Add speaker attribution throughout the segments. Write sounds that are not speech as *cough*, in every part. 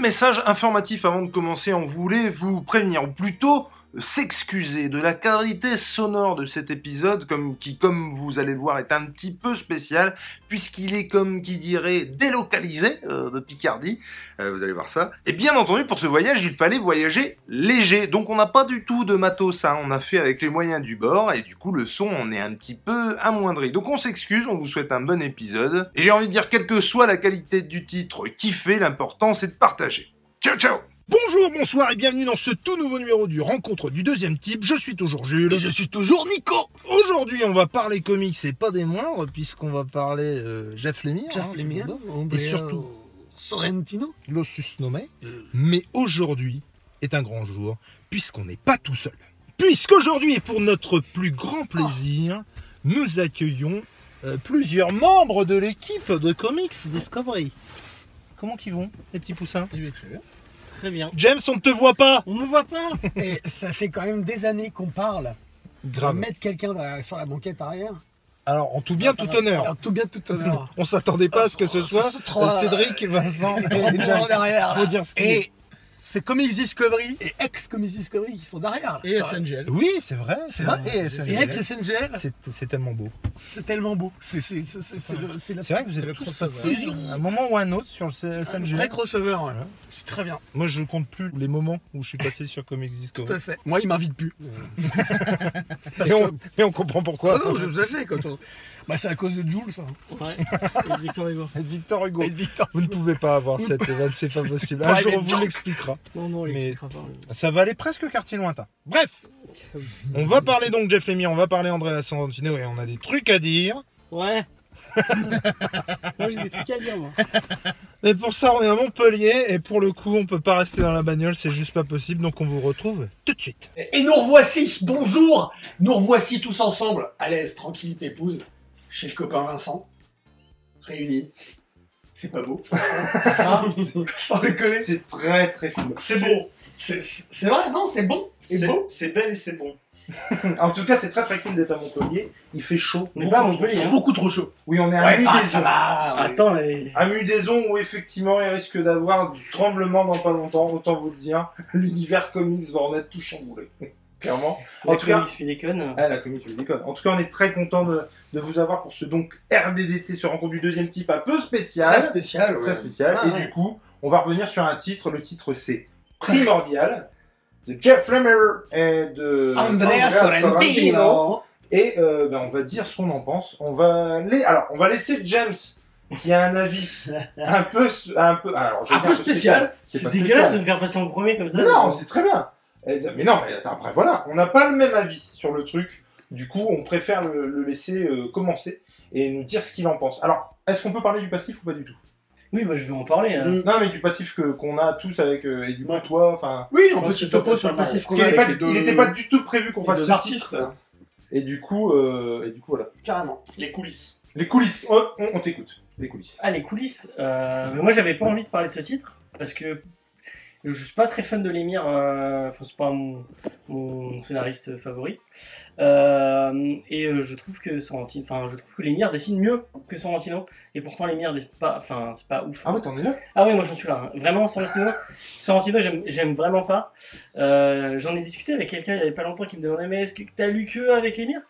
Speaker 1: message informatif avant de commencer, on voulait vous prévenir, ou plutôt euh, s'excuser de la qualité sonore de cet épisode, comme, qui, comme vous allez le voir, est un petit peu spécial, puisqu'il est, comme qui dirait, délocalisé euh, de Picardie. Euh, vous allez voir ça. Et bien entendu, pour ce voyage, il fallait voyager léger. Donc on n'a pas du tout de matos, hein. on a fait avec les moyens du bord, et du coup le son on est un petit peu amoindri. Donc on s'excuse, on vous souhaite un bon épisode. Et j'ai envie de dire, quelle que soit la qualité du titre, kiffez, l'important c'est de partager. Ciao ciao
Speaker 2: Bonjour, bonsoir et bienvenue dans ce tout nouveau numéro du Rencontre du deuxième type. Je suis toujours Jules.
Speaker 3: Et je suis toujours Nico
Speaker 2: Aujourd'hui, on va parler comics et pas des moindres, puisqu'on va parler euh, Jeff Lemire. hein,
Speaker 3: et surtout Sorrentino.
Speaker 2: Losus nommé.
Speaker 4: Euh.
Speaker 2: Mais aujourd'hui est un grand jour, puisqu'on n'est pas tout seul. Puisqu'aujourd'hui, et pour notre plus grand plaisir, nous accueillons euh, plusieurs membres de l'équipe de Comics Discovery. Comment qu'ils vont, les petits poussins
Speaker 4: Eh Très bien.
Speaker 2: James, on ne te voit pas
Speaker 4: On me voit pas
Speaker 5: Et ça fait quand même des années qu'on parle.
Speaker 2: Grave.
Speaker 5: Mettre quelqu'un dans- sur la banquette arrière.
Speaker 2: Alors, en tout bien,
Speaker 4: Ah,
Speaker 2: tout honneur.
Speaker 5: Alors, tout bien, tout honneur.
Speaker 2: On s'attendait pas à ce que ce soit
Speaker 5: Oh
Speaker 2: euh,
Speaker 5: *laughs*
Speaker 2: Cédric, Vincent et James. Faut dire ce qu'il est.
Speaker 5: Et c'est Comics Discovery et ex-Comics Discovery qui sont derrière.
Speaker 3: Et SNGL.
Speaker 2: Oui, c'est vrai.
Speaker 5: C'est vrai.
Speaker 2: Et SNL.
Speaker 5: Et ex-SNGL,
Speaker 2: C'est c'est tellement beau.
Speaker 5: c'est tellement beau. C'est c'est- c'est- c'est- c'est le- c'est la
Speaker 2: C'est vrai que vous
Speaker 3: C'est
Speaker 2: êtes
Speaker 3: le
Speaker 2: tous
Speaker 3: crossover.
Speaker 2: passés à un moment ou un autre sur le
Speaker 5: un
Speaker 2: SNG.
Speaker 5: vrai crossover. ouais. C'est très bien,
Speaker 2: Moi, je compte plus les moments où
Speaker 5: *laughs*
Speaker 2: je suis passé sur Comics
Speaker 5: tout à
Speaker 2: Discovery.
Speaker 5: fait. Moi, il m'invite plus. *laughs* Parce
Speaker 2: Mais on,
Speaker 5: que-
Speaker 2: mais on comprend pourquoi.
Speaker 5: Ah non, je- tout à fait. quand on- Bah, c'est à cause de Jules, ça.
Speaker 6: *laughs*
Speaker 4: Ouais. Et Victor Hugo.
Speaker 2: Victor Hugo.
Speaker 5: Et de Victor.
Speaker 2: Vous ne pouvez pas avoir cette vanne, c'est pas possible. Un
Speaker 5: Private
Speaker 2: jour, on vous
Speaker 5: joke.
Speaker 2: l'expliquera.
Speaker 4: Non, non, il
Speaker 2: Mais-
Speaker 4: expliquera pas.
Speaker 2: Ça va aller presque quartier lointain. Bref, on va parler donc Jeff Lemire, on va parler Andrea Sorrentino et on a des trucs à dire.
Speaker 6: *laughs*
Speaker 4: Ouais. moi, j'ai des trucs à dire, moi.
Speaker 2: Mais pour ça, on est à Montpellier et pour le coup, on peut pas rester dans la bagnole, c'est juste pas possible. Donc on vous retrouve tout de suite.
Speaker 5: Et nous revoici, bonjour, nous revoici tous ensemble, à l'aise, tranquille, pépouze, chez le copain Vincent, réunis. C'est pas beau, *laughs*
Speaker 4: Ah,
Speaker 5: franchement. Hein sans déconner.
Speaker 6: C'est très très cool.
Speaker 5: C'est bon. C'est c'est vrai, non, c'est bon, c'est
Speaker 6: C'est
Speaker 5: beau.
Speaker 6: c'est belle et c'est bon. *laughs* en tout cas, c'est très très cool d'être à Montpellier. Il fait chaud.
Speaker 4: On n'est pas à Montpellier, hein.
Speaker 5: Beaucoup trop chaud.
Speaker 6: Oui, on est à
Speaker 5: Ouais,
Speaker 2: ah,
Speaker 5: bah, ça
Speaker 6: Mudaison. Ah,
Speaker 5: va. ouais.
Speaker 4: Attends, et-
Speaker 6: À Mudaison où effectivement il risque d'avoir du tremblement dans pas longtemps. Autant vous le dire, *laughs* l'univers comics va en être tout chamboulé. *laughs* Clairement. En
Speaker 4: la
Speaker 6: tout cas,
Speaker 4: comics Fidécon.
Speaker 6: Ah, la comics, je déconne. En tout cas, on est très content de, de vous avoir pour ce donc RDDT, ce rencontre du deuxième type un peu spécial.
Speaker 5: Très spécial, ouais.
Speaker 6: Très spécial.
Speaker 5: Ah,
Speaker 6: et
Speaker 5: ouais.
Speaker 6: du coup, on va revenir sur un titre. Le titre, c'est Primordial de Jeff Lemire et de
Speaker 5: Andrea Sorrentino.
Speaker 6: Et euh, ben, on va dire ce qu'on en pense. On va les... Alors, on va laisser James qui a
Speaker 5: *laughs*
Speaker 6: un avis un peu, un peu, ah, alors, je vais
Speaker 5: Un
Speaker 6: dire
Speaker 5: peu spécial.
Speaker 6: C'est
Speaker 4: C'est
Speaker 6: pas
Speaker 4: dégueulasse de
Speaker 6: spécial.
Speaker 4: me faire passer en premier comme ça.
Speaker 6: Mais non, c'est très bien. Et- Mais non, mais attends, après voilà, on n'a pas le même avis sur le truc. Du coup, on préfère le, le laisser euh, commencer et nous dire ce qu'il en pense. Alors, est-ce qu'on peut parler du passif ou pas du tout
Speaker 4: Oui, bah, je vais en parler. hein.
Speaker 5: Mm.
Speaker 6: non, mais du passif que qu'on a tous avec euh, et du coup
Speaker 5: Ouais.
Speaker 6: toi, enfin.
Speaker 5: Oui,
Speaker 3: Je
Speaker 5: un
Speaker 3: pense
Speaker 5: petit
Speaker 3: que ça
Speaker 5: topo
Speaker 3: peut
Speaker 5: sur le
Speaker 3: faire
Speaker 5: passif
Speaker 6: Parce
Speaker 5: qu'on
Speaker 6: qu'il
Speaker 5: a
Speaker 6: n'était
Speaker 5: avec
Speaker 6: pas,
Speaker 5: les deux-
Speaker 6: il était pas du tout prévu qu'on
Speaker 5: les
Speaker 6: fasse
Speaker 5: deux
Speaker 6: ce
Speaker 5: artistes.
Speaker 6: titre. Et du coup, euh, et du coup voilà.
Speaker 5: Carrément.
Speaker 3: Les coulisses.
Speaker 6: Les coulisses. Oh, on on t'écoute. Les coulisses.
Speaker 4: Ah, les coulisses. euh, mais moi, j'avais pas envie de parler de ce titre parce que je suis pas très fan de l'émir. euh, Enfin, c'est pas mon, mon scénariste favori. Euh, et euh, je trouve que Sorrentino, enfin, je trouve que l'émir dessine mieux que Sorrentino. Et pourtant, l'émir dessine pas. Enfin, c'est pas ouf.
Speaker 6: Ah ouais, t'en es là.
Speaker 4: Ah oui, moi j'en suis là. hein. Vraiment,
Speaker 6: *laughs*
Speaker 4: Sorrentino, Sorrentino j'aime- j'aime vraiment pas. Euh, j'en ai discuté avec quelqu'un il y avait pas longtemps qui me demandait Mais est-ce que t'as lu que avec les mires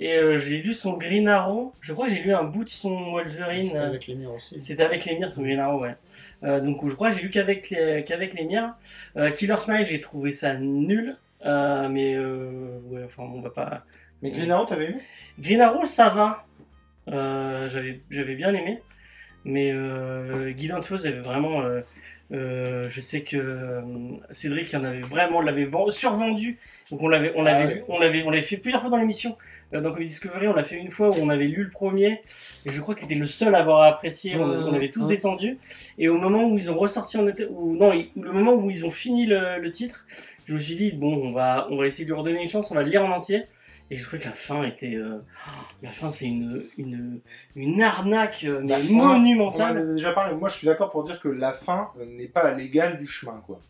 Speaker 4: Et euh, j'ai lu son Green Arrow. Je crois que j'ai lu un bout de son Wolverine.
Speaker 3: C'était
Speaker 4: euh,
Speaker 3: Avec les murs aussi.
Speaker 4: C'était avec les mires son Green Arrow, ouais. Euh, donc je crois que j'ai lu qu'avec les, qu'avec les mires. Euh, Killer Smile, j'ai trouvé ça nul. Euh, mais euh, ouais, enfin, on va pas.
Speaker 6: Mais Green Arrow, t'avais vu
Speaker 4: Green Arrow, ça va. Euh, J'avais j'avais bien aimé. Mais euh, Guidant Fuzz avait vraiment. euh, euh, je sais que euh, Cédric il en avait vraiment, l'avait ven- survendu. Donc on l'avait, on l'avait,
Speaker 3: Ah ouais.
Speaker 4: lu- on l'avait, on l'avait fait plusieurs fois dans l'émission. Euh, dans Comedy Discovery, on l'a fait une fois où on avait lu le premier. Et je crois qu'il était le seul à avoir apprécié. On,
Speaker 3: Ouais,
Speaker 4: on avait tous
Speaker 3: ouais.
Speaker 4: descendu. Et au moment où ils ont ressorti en été, ou non, il- le moment où ils ont fini le, le titre, je me suis dit bon, on va, on va essayer de lui redonner une chance, on va le lire en entier. Et je trouvais que la fin était, euh, la fin c'est une, une, une arnaque euh, mais
Speaker 6: on en a
Speaker 4: monumentale.
Speaker 6: déjà parlé. Moi, je suis d'accord pour dire que la fin euh, n'est pas à l'égal du chemin, quoi.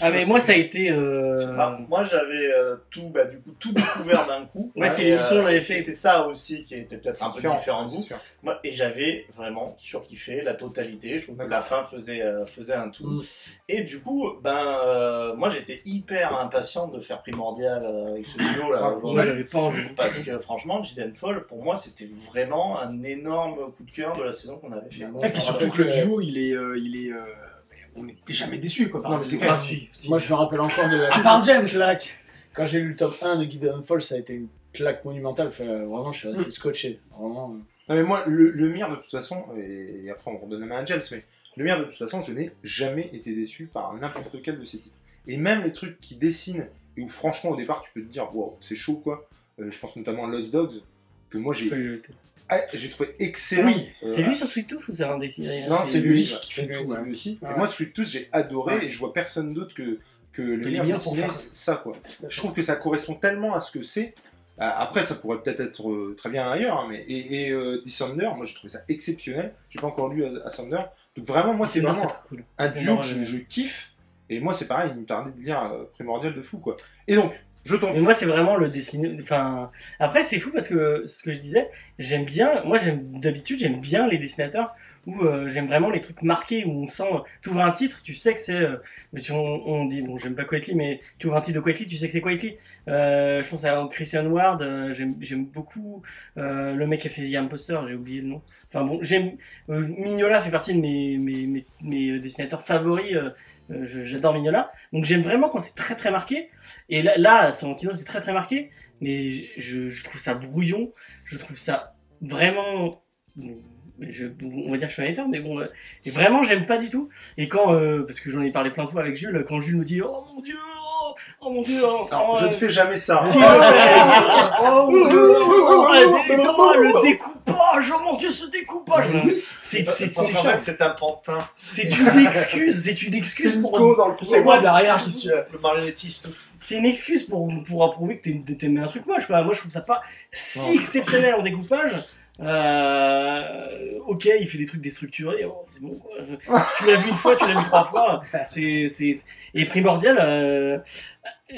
Speaker 4: Ah, mais moi, ça a
Speaker 6: est.
Speaker 4: été. euh,
Speaker 7: Ah, moi j'avais euh, tout, bah, du coup, tout découvert d'un coup.
Speaker 4: Ouais, c'est
Speaker 7: Et, euh,
Speaker 4: l'émission, on avait
Speaker 7: et
Speaker 4: fait.
Speaker 7: C'est ça aussi qui était peut-être un peu différent de vous.
Speaker 6: sûr.
Speaker 7: Moi, et j'avais vraiment surkiffé la totalité. Je trouve que la fin faisait, euh, faisait un tout.
Speaker 5: Mm.
Speaker 7: Et du coup, ben, euh, moi, j'étais hyper impatient de faire Primordial euh, avec ce duo là.
Speaker 4: Moi, j'avais pas envie.
Speaker 7: Parce que franchement, Gideon Fall, pour moi, c'était vraiment un énorme coup de cœur de la saison qu'on avait fait.
Speaker 5: Et Ah, puis surtout que le duo, il est. euh, il est euh, on n'est jamais déçu
Speaker 7: Bah,
Speaker 5: quoi. par
Speaker 8: Non, mais
Speaker 5: rapport
Speaker 8: c'est
Speaker 5: à-
Speaker 8: clair.
Speaker 4: Si, si.
Speaker 8: Moi, je me rappelle encore de
Speaker 5: À
Speaker 8: la...
Speaker 5: part James, là. qui-
Speaker 8: Quand j'ai lu le top 1 de Gideon Falls, ça a été une claque monumentale. Enfin, vraiment, je suis resté scotché. Vraiment. euh.
Speaker 6: Non, mais moi, le, le mire, de toute façon, et après on redonne la main à James, mais le mire, de toute façon, je n'ai jamais été déçu par n'importe quel de ces titres. Et même les trucs qui dessinent, et où franchement, au départ, tu peux te dire, wow, c'est chaud quoi. Euh, je pense notamment à Lost Dogs, que moi j'ai ah, j'ai trouvé excellent.
Speaker 5: Oui,
Speaker 6: Euh,
Speaker 4: C'est lui sur Sweet Tooth ou c'est un dessiné
Speaker 6: Non, c'est lui,
Speaker 8: qui
Speaker 6: ouais.
Speaker 8: fait
Speaker 6: C'est lui,
Speaker 8: tout,
Speaker 6: c'est
Speaker 8: ouais.
Speaker 6: lui aussi.
Speaker 8: Ouais.
Speaker 6: Et moi, Sweet Tooth, j'ai adoré et je vois personne d'autre que, que le
Speaker 5: les
Speaker 6: mien
Speaker 5: miens pour
Speaker 6: dessiner
Speaker 5: faire
Speaker 6: ça, quoi. Je trouve que ça correspond tellement à ce que c'est. Euh, Après, ça pourrait peut-être être euh, très bien ailleurs, hein, mais et, et euh, Dissounder, moi j'ai trouvé ça exceptionnel. J'ai pas encore lu Ascender, donc vraiment, moi c'est vraiment
Speaker 4: cool.
Speaker 6: un
Speaker 4: c'est
Speaker 6: duo
Speaker 4: marrant,
Speaker 6: que je,
Speaker 4: ouais.
Speaker 6: je kiffe. Et moi, c'est pareil, il me tardait de lire euh, Primordial de fou, quoi. Et donc, je t'en
Speaker 4: Mais moi, c'est vraiment le dessiné. Enfin, après, c'est fou parce que ce que je disais, j'aime bien. Moi, j'aime d'habitude, j'aime bien les dessinateurs où euh, j'aime vraiment les trucs marqués où on sent. T'ouvres un titre, tu sais que c'est. euh, mais si on, on dit bon, j'aime pas Quietly, mais tu ouvres un titre de Quietly, tu sais que c'est Quietly. Euh, je pense à Christian Ward. euh, j'aime j'aime beaucoup euh, le mec qui a fait The Imposter. J'ai oublié le nom. Enfin bon, j'aime. euh, Mignola fait partie de mes mes mes, mes dessinateurs favoris. euh, euh, je- J'adore Mignola. Donc j'aime vraiment quand c'est très très marqué. Et là, là Sorrentino, c'est très très marqué, mais je- je, je trouve ça brouillon, je trouve ça vraiment. Je, on va dire que je suis un hater, mais bon, euh, et vraiment, j'aime pas du tout. Et quand, euh, parce que j'en ai parlé plein de fois avec Jules, quand Jules me dit Oh mon dieu, oh, oh mon dieu, oh,
Speaker 6: Alors,
Speaker 4: oh,
Speaker 6: je ne
Speaker 4: euh,
Speaker 6: fais jamais ça. hein.
Speaker 4: si, je
Speaker 7: Ah.
Speaker 4: le fais. Oh, mon Dieu, oh, Bah, le découpage, oh mon dieu, ce découpage! C'est c'est-
Speaker 7: C'est
Speaker 4: c'est-
Speaker 7: en fait, c'est un pantin.
Speaker 4: c'est une excuse, bah, c'est une excuse
Speaker 5: C'est
Speaker 4: pour
Speaker 5: Nico dans le C'est moi derrière qui suis. euh,
Speaker 7: Le marionnettiste fou.
Speaker 4: C'est une excuse pour, pour approuver que t'aimes- t'aimes un truc moche. quoi. Moi, je trouve ça pas si exceptionnel en découpage. Euh, ok, il fait des trucs déstructurés. oh, c'est bon, quoi. Je- tu l'as vu une fois, tu l'as vu trois
Speaker 5: *laughs*
Speaker 4: fois. C'est, c'est... Et primordial, euh,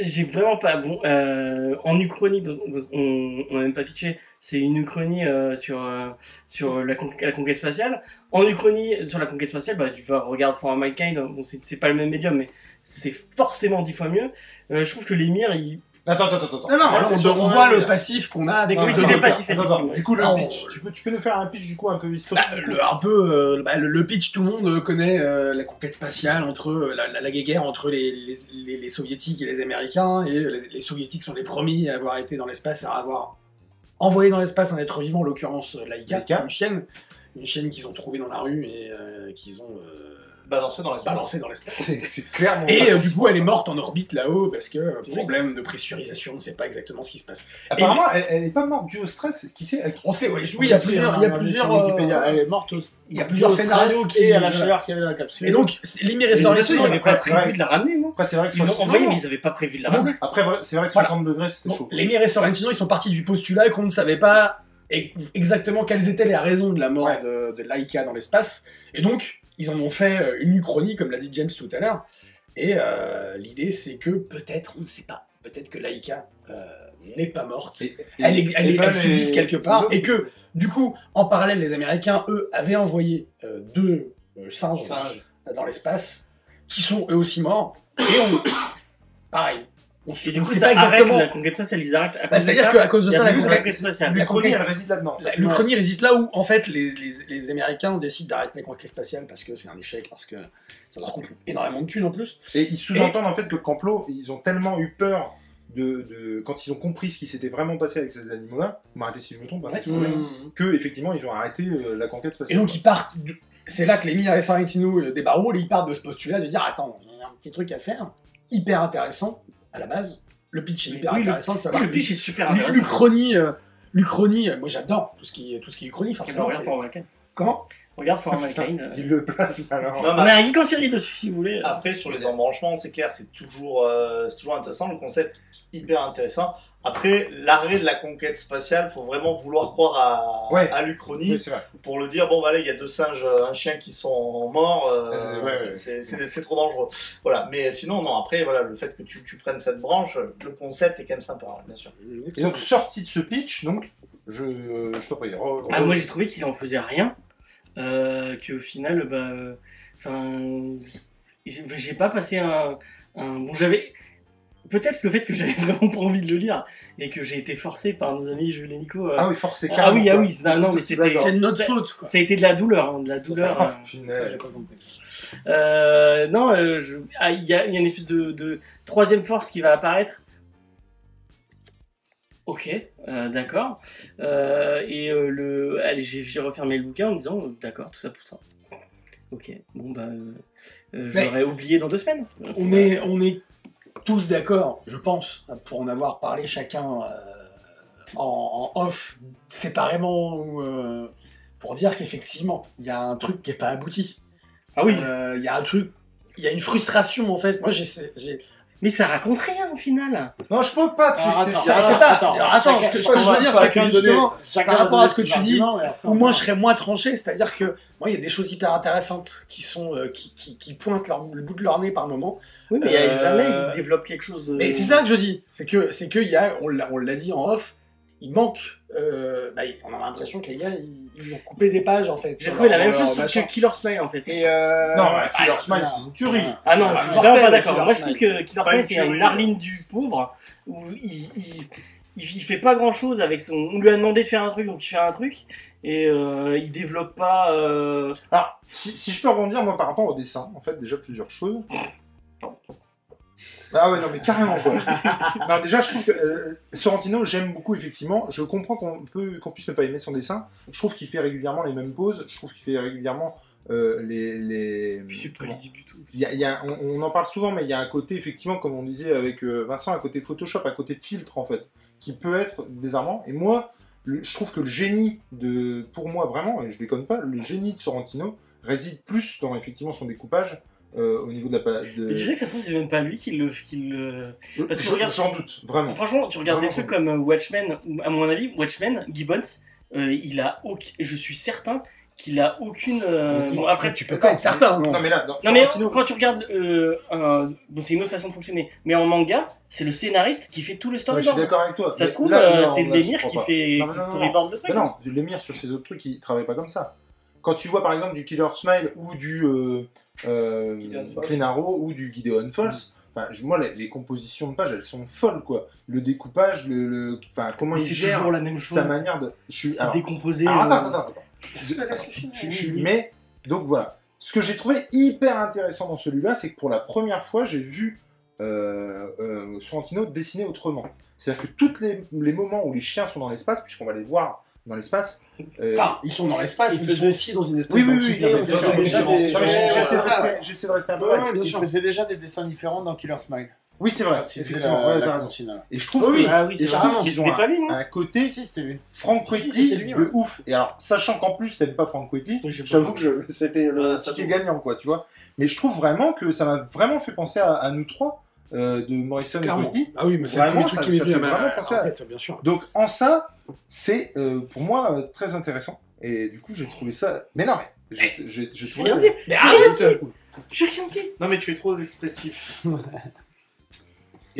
Speaker 4: j'ai vraiment pas. Bon, euh, en Uchronie, on on a même pas pitché. C'est une Uchronie euh, sur, euh, sur la, con- la conquête spatiale. En Uchronie, sur la conquête spatiale, bah, tu vas regarder For All Mankind. Bon, c'est, c'est pas le même médium, mais c'est forcément dix fois mieux. Euh, je trouve que les mires, ils.
Speaker 6: Attends, attends, attends, attends.
Speaker 5: Non, non,
Speaker 7: Là,
Speaker 5: on,
Speaker 7: c'est sur
Speaker 5: on
Speaker 7: un
Speaker 5: voit
Speaker 7: mur.
Speaker 5: le passif qu'on a avec
Speaker 4: Oui,
Speaker 5: le
Speaker 4: c'est
Speaker 5: Joker.
Speaker 4: le passif,
Speaker 6: Attends, attends.
Speaker 4: effectivement.
Speaker 6: Du coup, le
Speaker 5: Non,
Speaker 6: pitch. Tu peux, tu peux nous faire un pitch du coup un peu historique
Speaker 5: Bah, le, un peu, euh, bah, le, le pitch, tout le monde euh, connaît euh, la conquête spatiale entre euh, la, la, la guerre entre les, les, les- les soviétiques et les américains. Et les, les soviétiques sont les premiers à avoir été dans l'espace, à avoir envoyé dans l'espace un être vivant, en l'occurrence euh, Laika,
Speaker 6: Laika.
Speaker 5: une chienne, une chienne qu'ils ont trouvée dans la rue et euh, qu'ils ont euh,
Speaker 7: Balancé dans l'espace.
Speaker 5: balancée dans l'espace.
Speaker 6: *laughs* C'est c'est clairement.
Speaker 5: Et
Speaker 6: ça.
Speaker 5: euh, du coup, elle est morte en orbite là-haut parce que euh, problème de pressurisation, on ne sait pas exactement ce qui se passe.
Speaker 6: Apparemment, elle- elle n'est pas morte due au stress. Qui sait à qui
Speaker 5: On sait, ouais, oui,
Speaker 8: Oui, il y a plusieurs. Il y a plusieurs
Speaker 5: euh,
Speaker 8: Wikipédia. elle est morte au-
Speaker 5: il y a plusieurs
Speaker 8: au stress
Speaker 5: scénarios
Speaker 8: et
Speaker 5: qui-
Speaker 8: à la
Speaker 5: voilà.
Speaker 8: chaleur qu'il y avait dans la capsule.
Speaker 5: Et donc, c'est- l'émir est
Speaker 4: Les
Speaker 5: sorti.
Speaker 4: assos, ils avaient pas
Speaker 6: c'est vrai.
Speaker 4: prévu de la ramener, non
Speaker 6: Après, c'est vrai que
Speaker 4: Ils l'ont
Speaker 6: 60
Speaker 4: envoyé,
Speaker 6: non,
Speaker 4: mais ils avaient pas prévu de la
Speaker 5: Donc,
Speaker 4: ramener.
Speaker 6: Après, vrai- c'est vrai que
Speaker 5: Voilà.
Speaker 6: 60 degrés, c'était
Speaker 5: Bon,
Speaker 6: chaud.
Speaker 5: l'émir et Sorrentino, ils sont partis du postulat qu'on ne savait pas e- exactement quelles étaient les raisons de la mort de, de Laika dans l'espace. Et donc, ils en ont fait euh, une uchronie, comme l'a dit James tout à l'heure. Et euh, l'idée, c'est que peut-être, on ne sait pas, peut-être que Laika euh, n'est pas morte.
Speaker 6: Et- et-
Speaker 5: elle est- elle
Speaker 6: et
Speaker 5: est-
Speaker 6: Ben
Speaker 5: elle subsiste
Speaker 6: et-
Speaker 5: quelque part.
Speaker 6: et
Speaker 5: Et que, du coup, en parallèle, les Américains, eux, avaient envoyé euh, deux euh, singes,
Speaker 7: Singe.
Speaker 5: dans l'espace, qui sont eux aussi morts. Et on... *coughs* Pareil. On
Speaker 4: Et
Speaker 5: sait,
Speaker 4: du
Speaker 5: on
Speaker 4: coup,
Speaker 5: sait
Speaker 4: ça
Speaker 5: pas
Speaker 4: arrête
Speaker 5: exactement.
Speaker 4: la conquête spatiale, ils arrêtent. à cause
Speaker 5: Bah,
Speaker 4: de
Speaker 5: C'est-à-dire
Speaker 4: ça.
Speaker 5: qu'à cause de
Speaker 4: Il y a
Speaker 5: ça, la
Speaker 4: plus de
Speaker 5: conquête-
Speaker 4: conquête spatiale.
Speaker 5: la
Speaker 6: L'Uchronie,
Speaker 5: conquête-
Speaker 6: elle réside là-dedans.
Speaker 5: la- l'Uchronie réside là où, en fait, les, les- les Américains décident d'arrêter la conquête spatiale parce que c'est un échec, parce que ça leur coûte énormément de thunes en plus.
Speaker 6: Et ils sous-entendent en fait que le complot, ils ont tellement eu peur de, de- quand ils ont compris ce qui s'était vraiment passé avec ces animaux-là, vous m'arrêtez si je me trompe, hein,
Speaker 5: Ouais.
Speaker 6: c'est vrai, que effectivement ils ont arrêté euh, la conquête
Speaker 5: Et
Speaker 6: spatiale.
Speaker 5: donc, ils partent. de- C'est là que les Miller et Sorrentino euh, débarroulent et ils partent de ce postulat de dire Attends, il y a un petit truc à faire, hyper intéressant à la base. Le pitch est hyper
Speaker 4: Oui, le-
Speaker 5: intéressant de
Speaker 4: Oui,
Speaker 5: savoir.
Speaker 4: Le
Speaker 5: que
Speaker 4: pitch est super
Speaker 5: l'U-
Speaker 4: intéressant.
Speaker 5: L'Uchronie, euh, l'Uchronie, euh, moi j'adore tout ce qui, tout ce qui est Uchronie,
Speaker 4: Ils
Speaker 5: forcément.
Speaker 4: l'ont rien
Speaker 5: c'est-
Speaker 4: fait en vacances.
Speaker 5: Comment
Speaker 4: Regarde For
Speaker 6: Putain,
Speaker 4: Mankind. euh,
Speaker 6: Il le *laughs* place alors.
Speaker 7: Non,
Speaker 4: On
Speaker 7: mais
Speaker 4: a un geek en série dessus si vous voulez.
Speaker 7: Après, sur les embranchements, c'est clair, c'est toujours, euh, c'est toujours intéressant, le concept hyper intéressant. Après, l'arrêt de la conquête spatiale, faut vraiment vouloir croire à,
Speaker 6: Ouais.
Speaker 7: à
Speaker 6: Oui,
Speaker 7: l'Uchronie
Speaker 6: c'est vrai.
Speaker 7: pour le dire. Bon, voilà, il y a deux singes, euh, un chien qui sont morts, euh,
Speaker 6: Ah, c'est- ouais,
Speaker 7: c'est-
Speaker 6: ouais.
Speaker 7: c'est- c'est c'est trop dangereux. Voilà, mais sinon, non, après, voilà, le fait que tu, tu prennes cette branche, le concept est quand même sympa, hein, bien sûr.
Speaker 6: Et donc, sorti de ce pitch, donc, je, euh, je t'en prie. re- re-
Speaker 4: Ah, moi j'ai trouvé qu'ils en faisaient rien, euh, qu'au final, bah, euh, enfin, j'ai j'ai pas passé un, un- bon, j'avais peut-être le fait que j'avais *laughs* vraiment pas envie de le lire et que j'ai été forcé par nos amis Jules et Nico. euh,
Speaker 6: Ah oui, forcé
Speaker 4: ah
Speaker 6: carrément.
Speaker 4: oui, ah
Speaker 6: quoi.
Speaker 4: oui, c'est- non, non, mais c'était,
Speaker 5: C'est de notre
Speaker 4: ça-
Speaker 5: faute, quoi.
Speaker 4: ça a été de la douleur, hein, de la douleur.
Speaker 6: Ah,
Speaker 4: euh.
Speaker 8: Ça,
Speaker 6: punaise.
Speaker 8: j'ai pas compris.
Speaker 4: Euh, non, euh, je- ah, il y, a il y a une espèce de, de troisième force qui va apparaître. Ok, euh, d'accord. Euh, et euh, le, allez, j'ai j'ai refermé le bouquin en me disant, euh, d'accord, tout ça pour ça. Ok, bon bah, euh, euh, je
Speaker 5: Mais-
Speaker 4: l'aurais oublié dans deux semaines.
Speaker 5: On est, on est tous d'accord, je pense, pour en avoir parlé chacun euh, en, en off, séparément, ou, euh, pour dire qu'effectivement, il y a un truc qui n'est pas abouti.
Speaker 4: Ah oui,
Speaker 5: Euh, Il y a un truc, il y a une frustration en fait. Moi, j'ai. c'est- j'ai-
Speaker 4: mais ça raconte rien au final.
Speaker 6: Non, je peux pas te
Speaker 4: Alors,
Speaker 6: laisser
Speaker 4: attends,
Speaker 6: ça.
Speaker 5: Je sais
Speaker 4: alors,
Speaker 5: pas.
Speaker 4: attends,
Speaker 5: Alors, attends,
Speaker 4: chacun-
Speaker 5: ce que, ce que je
Speaker 4: chacun
Speaker 5: veux dire, c'est que
Speaker 4: va donner-
Speaker 5: justement,
Speaker 4: chacun
Speaker 5: par
Speaker 4: va
Speaker 5: rapport
Speaker 4: donner
Speaker 5: à ce que
Speaker 4: ses
Speaker 5: tu dis,
Speaker 4: arguments, et après,
Speaker 5: Ou
Speaker 4: on
Speaker 5: moi,
Speaker 4: va-
Speaker 5: je serais moins tranché, c'est-à-dire que moi, il y a des choses hyper intéressantes qui sont euh, qui, qui- qui pointent leur- le bout de leur nez par moment.
Speaker 4: Oui, mais il y a
Speaker 5: Euh,
Speaker 4: jamais, il développe quelque chose de.
Speaker 5: Mais c'est ça que je dis, c'est que c'est que il y a, on l'a on l'a dit en off, il manque. euh, bah, on a l'impression que les gars, ils, ils ont coupé des pages en fait.
Speaker 4: J'ai trouvé la
Speaker 5: Dans
Speaker 4: même
Speaker 5: leur
Speaker 4: chose sauf
Speaker 5: euh, machin.
Speaker 4: que Killer Smile en fait.
Speaker 5: Et euh,
Speaker 6: Non, Killer
Speaker 5: ah,
Speaker 6: Smile,
Speaker 5: voilà.
Speaker 6: c'est une tuerie.
Speaker 4: Ah non,
Speaker 5: C'est
Speaker 4: je suis
Speaker 5: mortel,
Speaker 4: vraiment pas
Speaker 5: le
Speaker 4: d'accord.
Speaker 5: Killer
Speaker 4: Moi, je trouve
Speaker 5: Smile.
Speaker 4: que Killer
Speaker 7: Pas une
Speaker 4: Smile, c'est
Speaker 7: tuerie,
Speaker 4: une Arline du pauvre où il, il, il, il fait pas grand chose avec son. On lui a demandé de faire un truc, donc il fait un truc et euh, il développe pas. euh,
Speaker 6: Alors, si, si je peux rebondir, moi, par rapport au dessin, en fait, déjà plusieurs choses. Ah ouais, non, mais carrément, quoi. *laughs* non, déjà, je trouve que euh, Sorrentino, j'aime beaucoup, effectivement. Je comprends qu'on peut, qu'on puisse ne pas aimer son dessin. Je trouve qu'il fait régulièrement les mêmes poses. Je trouve qu'il fait régulièrement euh, les. les... comment
Speaker 4: du tout.
Speaker 6: Il y a- il y a- on, on en parle souvent, mais il y a un côté, effectivement, comme on disait avec euh, Vincent, un côté Photoshop, un côté filtre, en fait, qui peut être désarmant. Et moi, le- je trouve que le génie de. Pour moi, vraiment, et je déconne pas, le génie de Sorrentino réside plus dans, effectivement, son découpage euh, au niveau de la page de.
Speaker 4: Mais tu sais que ça se trouve, c'est même pas lui qui le. Qui le...
Speaker 6: Euh,
Speaker 4: parce que
Speaker 6: je-
Speaker 4: regarde-
Speaker 6: J'en doute, vraiment.
Speaker 4: Franchement, tu regardes des
Speaker 6: Vraiment,
Speaker 4: trucs
Speaker 6: j'en
Speaker 4: comme euh, Watchmen, ou à mon avis, Watchmen, Gibbons, euh, il a. auc- Je suis certain qu'il a aucune. euh,
Speaker 5: Non,
Speaker 4: bon,
Speaker 5: tu
Speaker 4: après,
Speaker 5: peux- tu peux pas être certain, non.
Speaker 6: Non, mais là, dans
Speaker 4: Non mais
Speaker 6: Sorrentino-
Speaker 4: quand tu regardes, euh, un- bon, c'est une autre façon de fonctionner. Mais en manga, c'est le scénariste qui fait tout le
Speaker 6: Ouais, je suis
Speaker 4: storyboard.
Speaker 6: d'accord avec toi.
Speaker 4: ça
Speaker 6: mais
Speaker 4: se trouve,
Speaker 6: là,
Speaker 4: euh,
Speaker 6: non,
Speaker 4: c'est
Speaker 6: là,
Speaker 4: le
Speaker 6: je
Speaker 4: délire
Speaker 6: comprends
Speaker 4: qui
Speaker 6: pas.
Speaker 4: fait
Speaker 6: Non, mais
Speaker 4: qui
Speaker 6: non, non,
Speaker 4: storyboard le truc.
Speaker 6: Mais non, Lemire sur ces autres trucs, il travaille pas comme ça. Quand tu vois par exemple du Killer Smile ou du euh, euh,
Speaker 7: Gideon Falls.
Speaker 6: Green Arrow ou du Gideon Falls,
Speaker 4: Mm.
Speaker 6: enfin, je- moi les, les compositions de pages elles sont folles quoi. Le découpage, le, le- enfin comment
Speaker 4: Mais
Speaker 6: il
Speaker 4: c'est
Speaker 6: gère
Speaker 4: toujours la même chose.
Speaker 6: sa manière de. Je suis,
Speaker 4: C'est
Speaker 6: alors,
Speaker 4: décomposé.
Speaker 6: alors,
Speaker 4: euh,
Speaker 6: attends, attends, attends, attends. Je- alors, je- je- mais donc voilà. Ce que j'ai trouvé hyper intéressant dans celui-là, c'est que pour la première fois, j'ai vu euh, euh, Sorrentino dessiner autrement. C'est-à-dire que tous les, les moments où les chiens sont dans l'espace, puisqu'on va les voir dans l'espace, euh,
Speaker 5: Enfin, ils sont dans l'espace,
Speaker 8: Il
Speaker 5: mais ils
Speaker 8: faisait-
Speaker 5: sont aussi dans une espèce
Speaker 6: Oui, oui, oui,
Speaker 5: d'entité.
Speaker 6: non, mais
Speaker 5: on
Speaker 6: bien
Speaker 5: sait
Speaker 6: sûr,
Speaker 5: pas
Speaker 6: mais
Speaker 5: exactement
Speaker 8: déjà,
Speaker 5: ce que
Speaker 8: mais-
Speaker 5: c'est.
Speaker 8: mais-
Speaker 6: J'essaie de
Speaker 5: Ouais, ouais.
Speaker 6: rester- j'essaie de rester un peu.
Speaker 5: Ouais, ouais, bien
Speaker 8: Il
Speaker 5: sûr.
Speaker 8: faisait déjà des dessins différents dans Killer Smile.
Speaker 6: Oui, c'est vrai.
Speaker 8: C'était
Speaker 6: Effectivement,
Speaker 8: la,
Speaker 6: ouais,
Speaker 8: la
Speaker 6: t'as raison.
Speaker 8: cantine, là.
Speaker 6: Et je trouve
Speaker 5: Oui,
Speaker 6: que-
Speaker 4: Ah oui,
Speaker 6: et
Speaker 4: c'est
Speaker 6: je
Speaker 4: vraiment.
Speaker 6: trouve qu'ils ont
Speaker 4: C'était pas hein. lui, non
Speaker 6: un, un côté
Speaker 8: Si, c'était lui.
Speaker 6: Frank
Speaker 5: Si, si,
Speaker 6: Quitty
Speaker 5: c'était lui,
Speaker 6: de ouf. Et alors, sachant qu'en plus, t'aimes pas Frank Quitty,
Speaker 4: Oui, j'aime pas.
Speaker 6: j'avoue que je- c'était le
Speaker 7: Ah, ça
Speaker 6: ticket
Speaker 7: vaut.
Speaker 6: gagnant, quoi, tu vois. Mais je trouve vraiment que ça m'a vraiment fait penser à, à nous trois, euh, de Morrison et
Speaker 5: Clairement.
Speaker 6: Quitty.
Speaker 5: Ah oui, mais c'est le
Speaker 6: Vraiment,
Speaker 5: premier truc
Speaker 6: ça-
Speaker 5: qui m'est
Speaker 6: ça
Speaker 5: venu
Speaker 6: fait
Speaker 5: à ma-
Speaker 6: vraiment
Speaker 5: en
Speaker 6: penser à-
Speaker 5: tête, bien sûr.
Speaker 6: Donc, en ça, c'est euh, pour moi euh, très intéressant. Et du coup, j'ai trouvé ça. Mais non, mais. j'ai- J'ai j'ai trouvé.
Speaker 4: Regardez,
Speaker 5: Mais
Speaker 6: j'ai trouvé ça cool.
Speaker 4: j'ai rien dit.
Speaker 7: Non, mais tu es trop expressif.
Speaker 6: *laughs*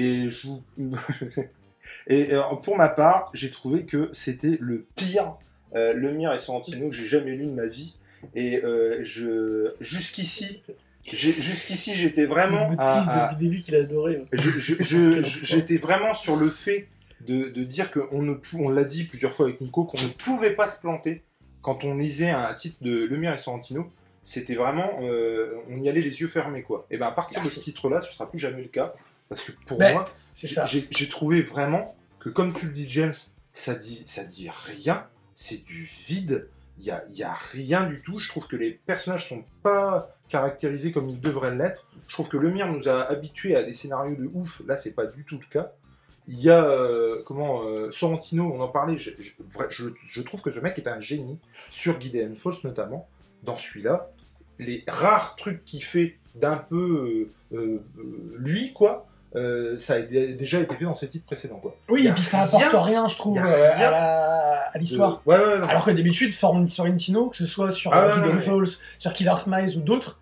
Speaker 6: Et je vous- *laughs* et euh, pour ma part, j'ai trouvé que c'était le pire euh, Lemire et Sorrentino que j'ai jamais lu de ma vie. Et euh, je jusqu'ici, j'ai- jusqu'ici j'étais vraiment à-
Speaker 5: Ah.
Speaker 6: à-
Speaker 4: depuis le début qu'il a adoré.
Speaker 6: je- je- je- je- j'étais vraiment sur le fait de, de dire qu'on ne pou- on l'a dit plusieurs fois avec Nico qu'on ne pouvait pas se planter quand on lisait un titre de Lemire et Sorrentino. C'était vraiment, euh, on y allait les yeux fermés quoi. Et ben à partir de ce titre-là, ce sera plus jamais le cas parce que pour
Speaker 5: Ben,
Speaker 6: moi,
Speaker 5: C'est ça.
Speaker 6: j'ai j'ai trouvé vraiment que, comme tu le dis, James, ça dit, ça dit rien, c'est du vide, il n'y a, il y a rien du tout. Je trouve que les personnages sont pas caractérisés comme ils devraient l'être. Je trouve que Lemire nous a habitués à des scénarios de ouf, là, c'est pas du tout le cas. Il y a, euh, comment, euh, Sorrentino, on en parlait, je, je- vra- je- je trouve que ce mec est un génie, sur Guy Falls notamment. dans celui-là, les rares trucs qu'il fait d'un peu euh, euh, euh, lui, quoi, euh, ça a dé- déjà été fait dans ses titres précédents, quoi.
Speaker 5: Oui,
Speaker 6: Y a
Speaker 5: et puis ça apporte
Speaker 6: rien-
Speaker 5: rien, je trouve,
Speaker 6: y a
Speaker 5: euh,
Speaker 6: rien
Speaker 5: à la- à
Speaker 6: de-
Speaker 5: l'histoire.
Speaker 6: Ouais, ouais, ouais, non.
Speaker 1: Euh.
Speaker 5: Alors que d'habitude, sur, Sorrentino, que ce soit sur
Speaker 6: Ah,
Speaker 5: euh,
Speaker 6: ouais,
Speaker 5: Big
Speaker 6: ouais,
Speaker 5: and
Speaker 6: ouais.
Speaker 5: Falls, sur Killer Smiles ou d'autres,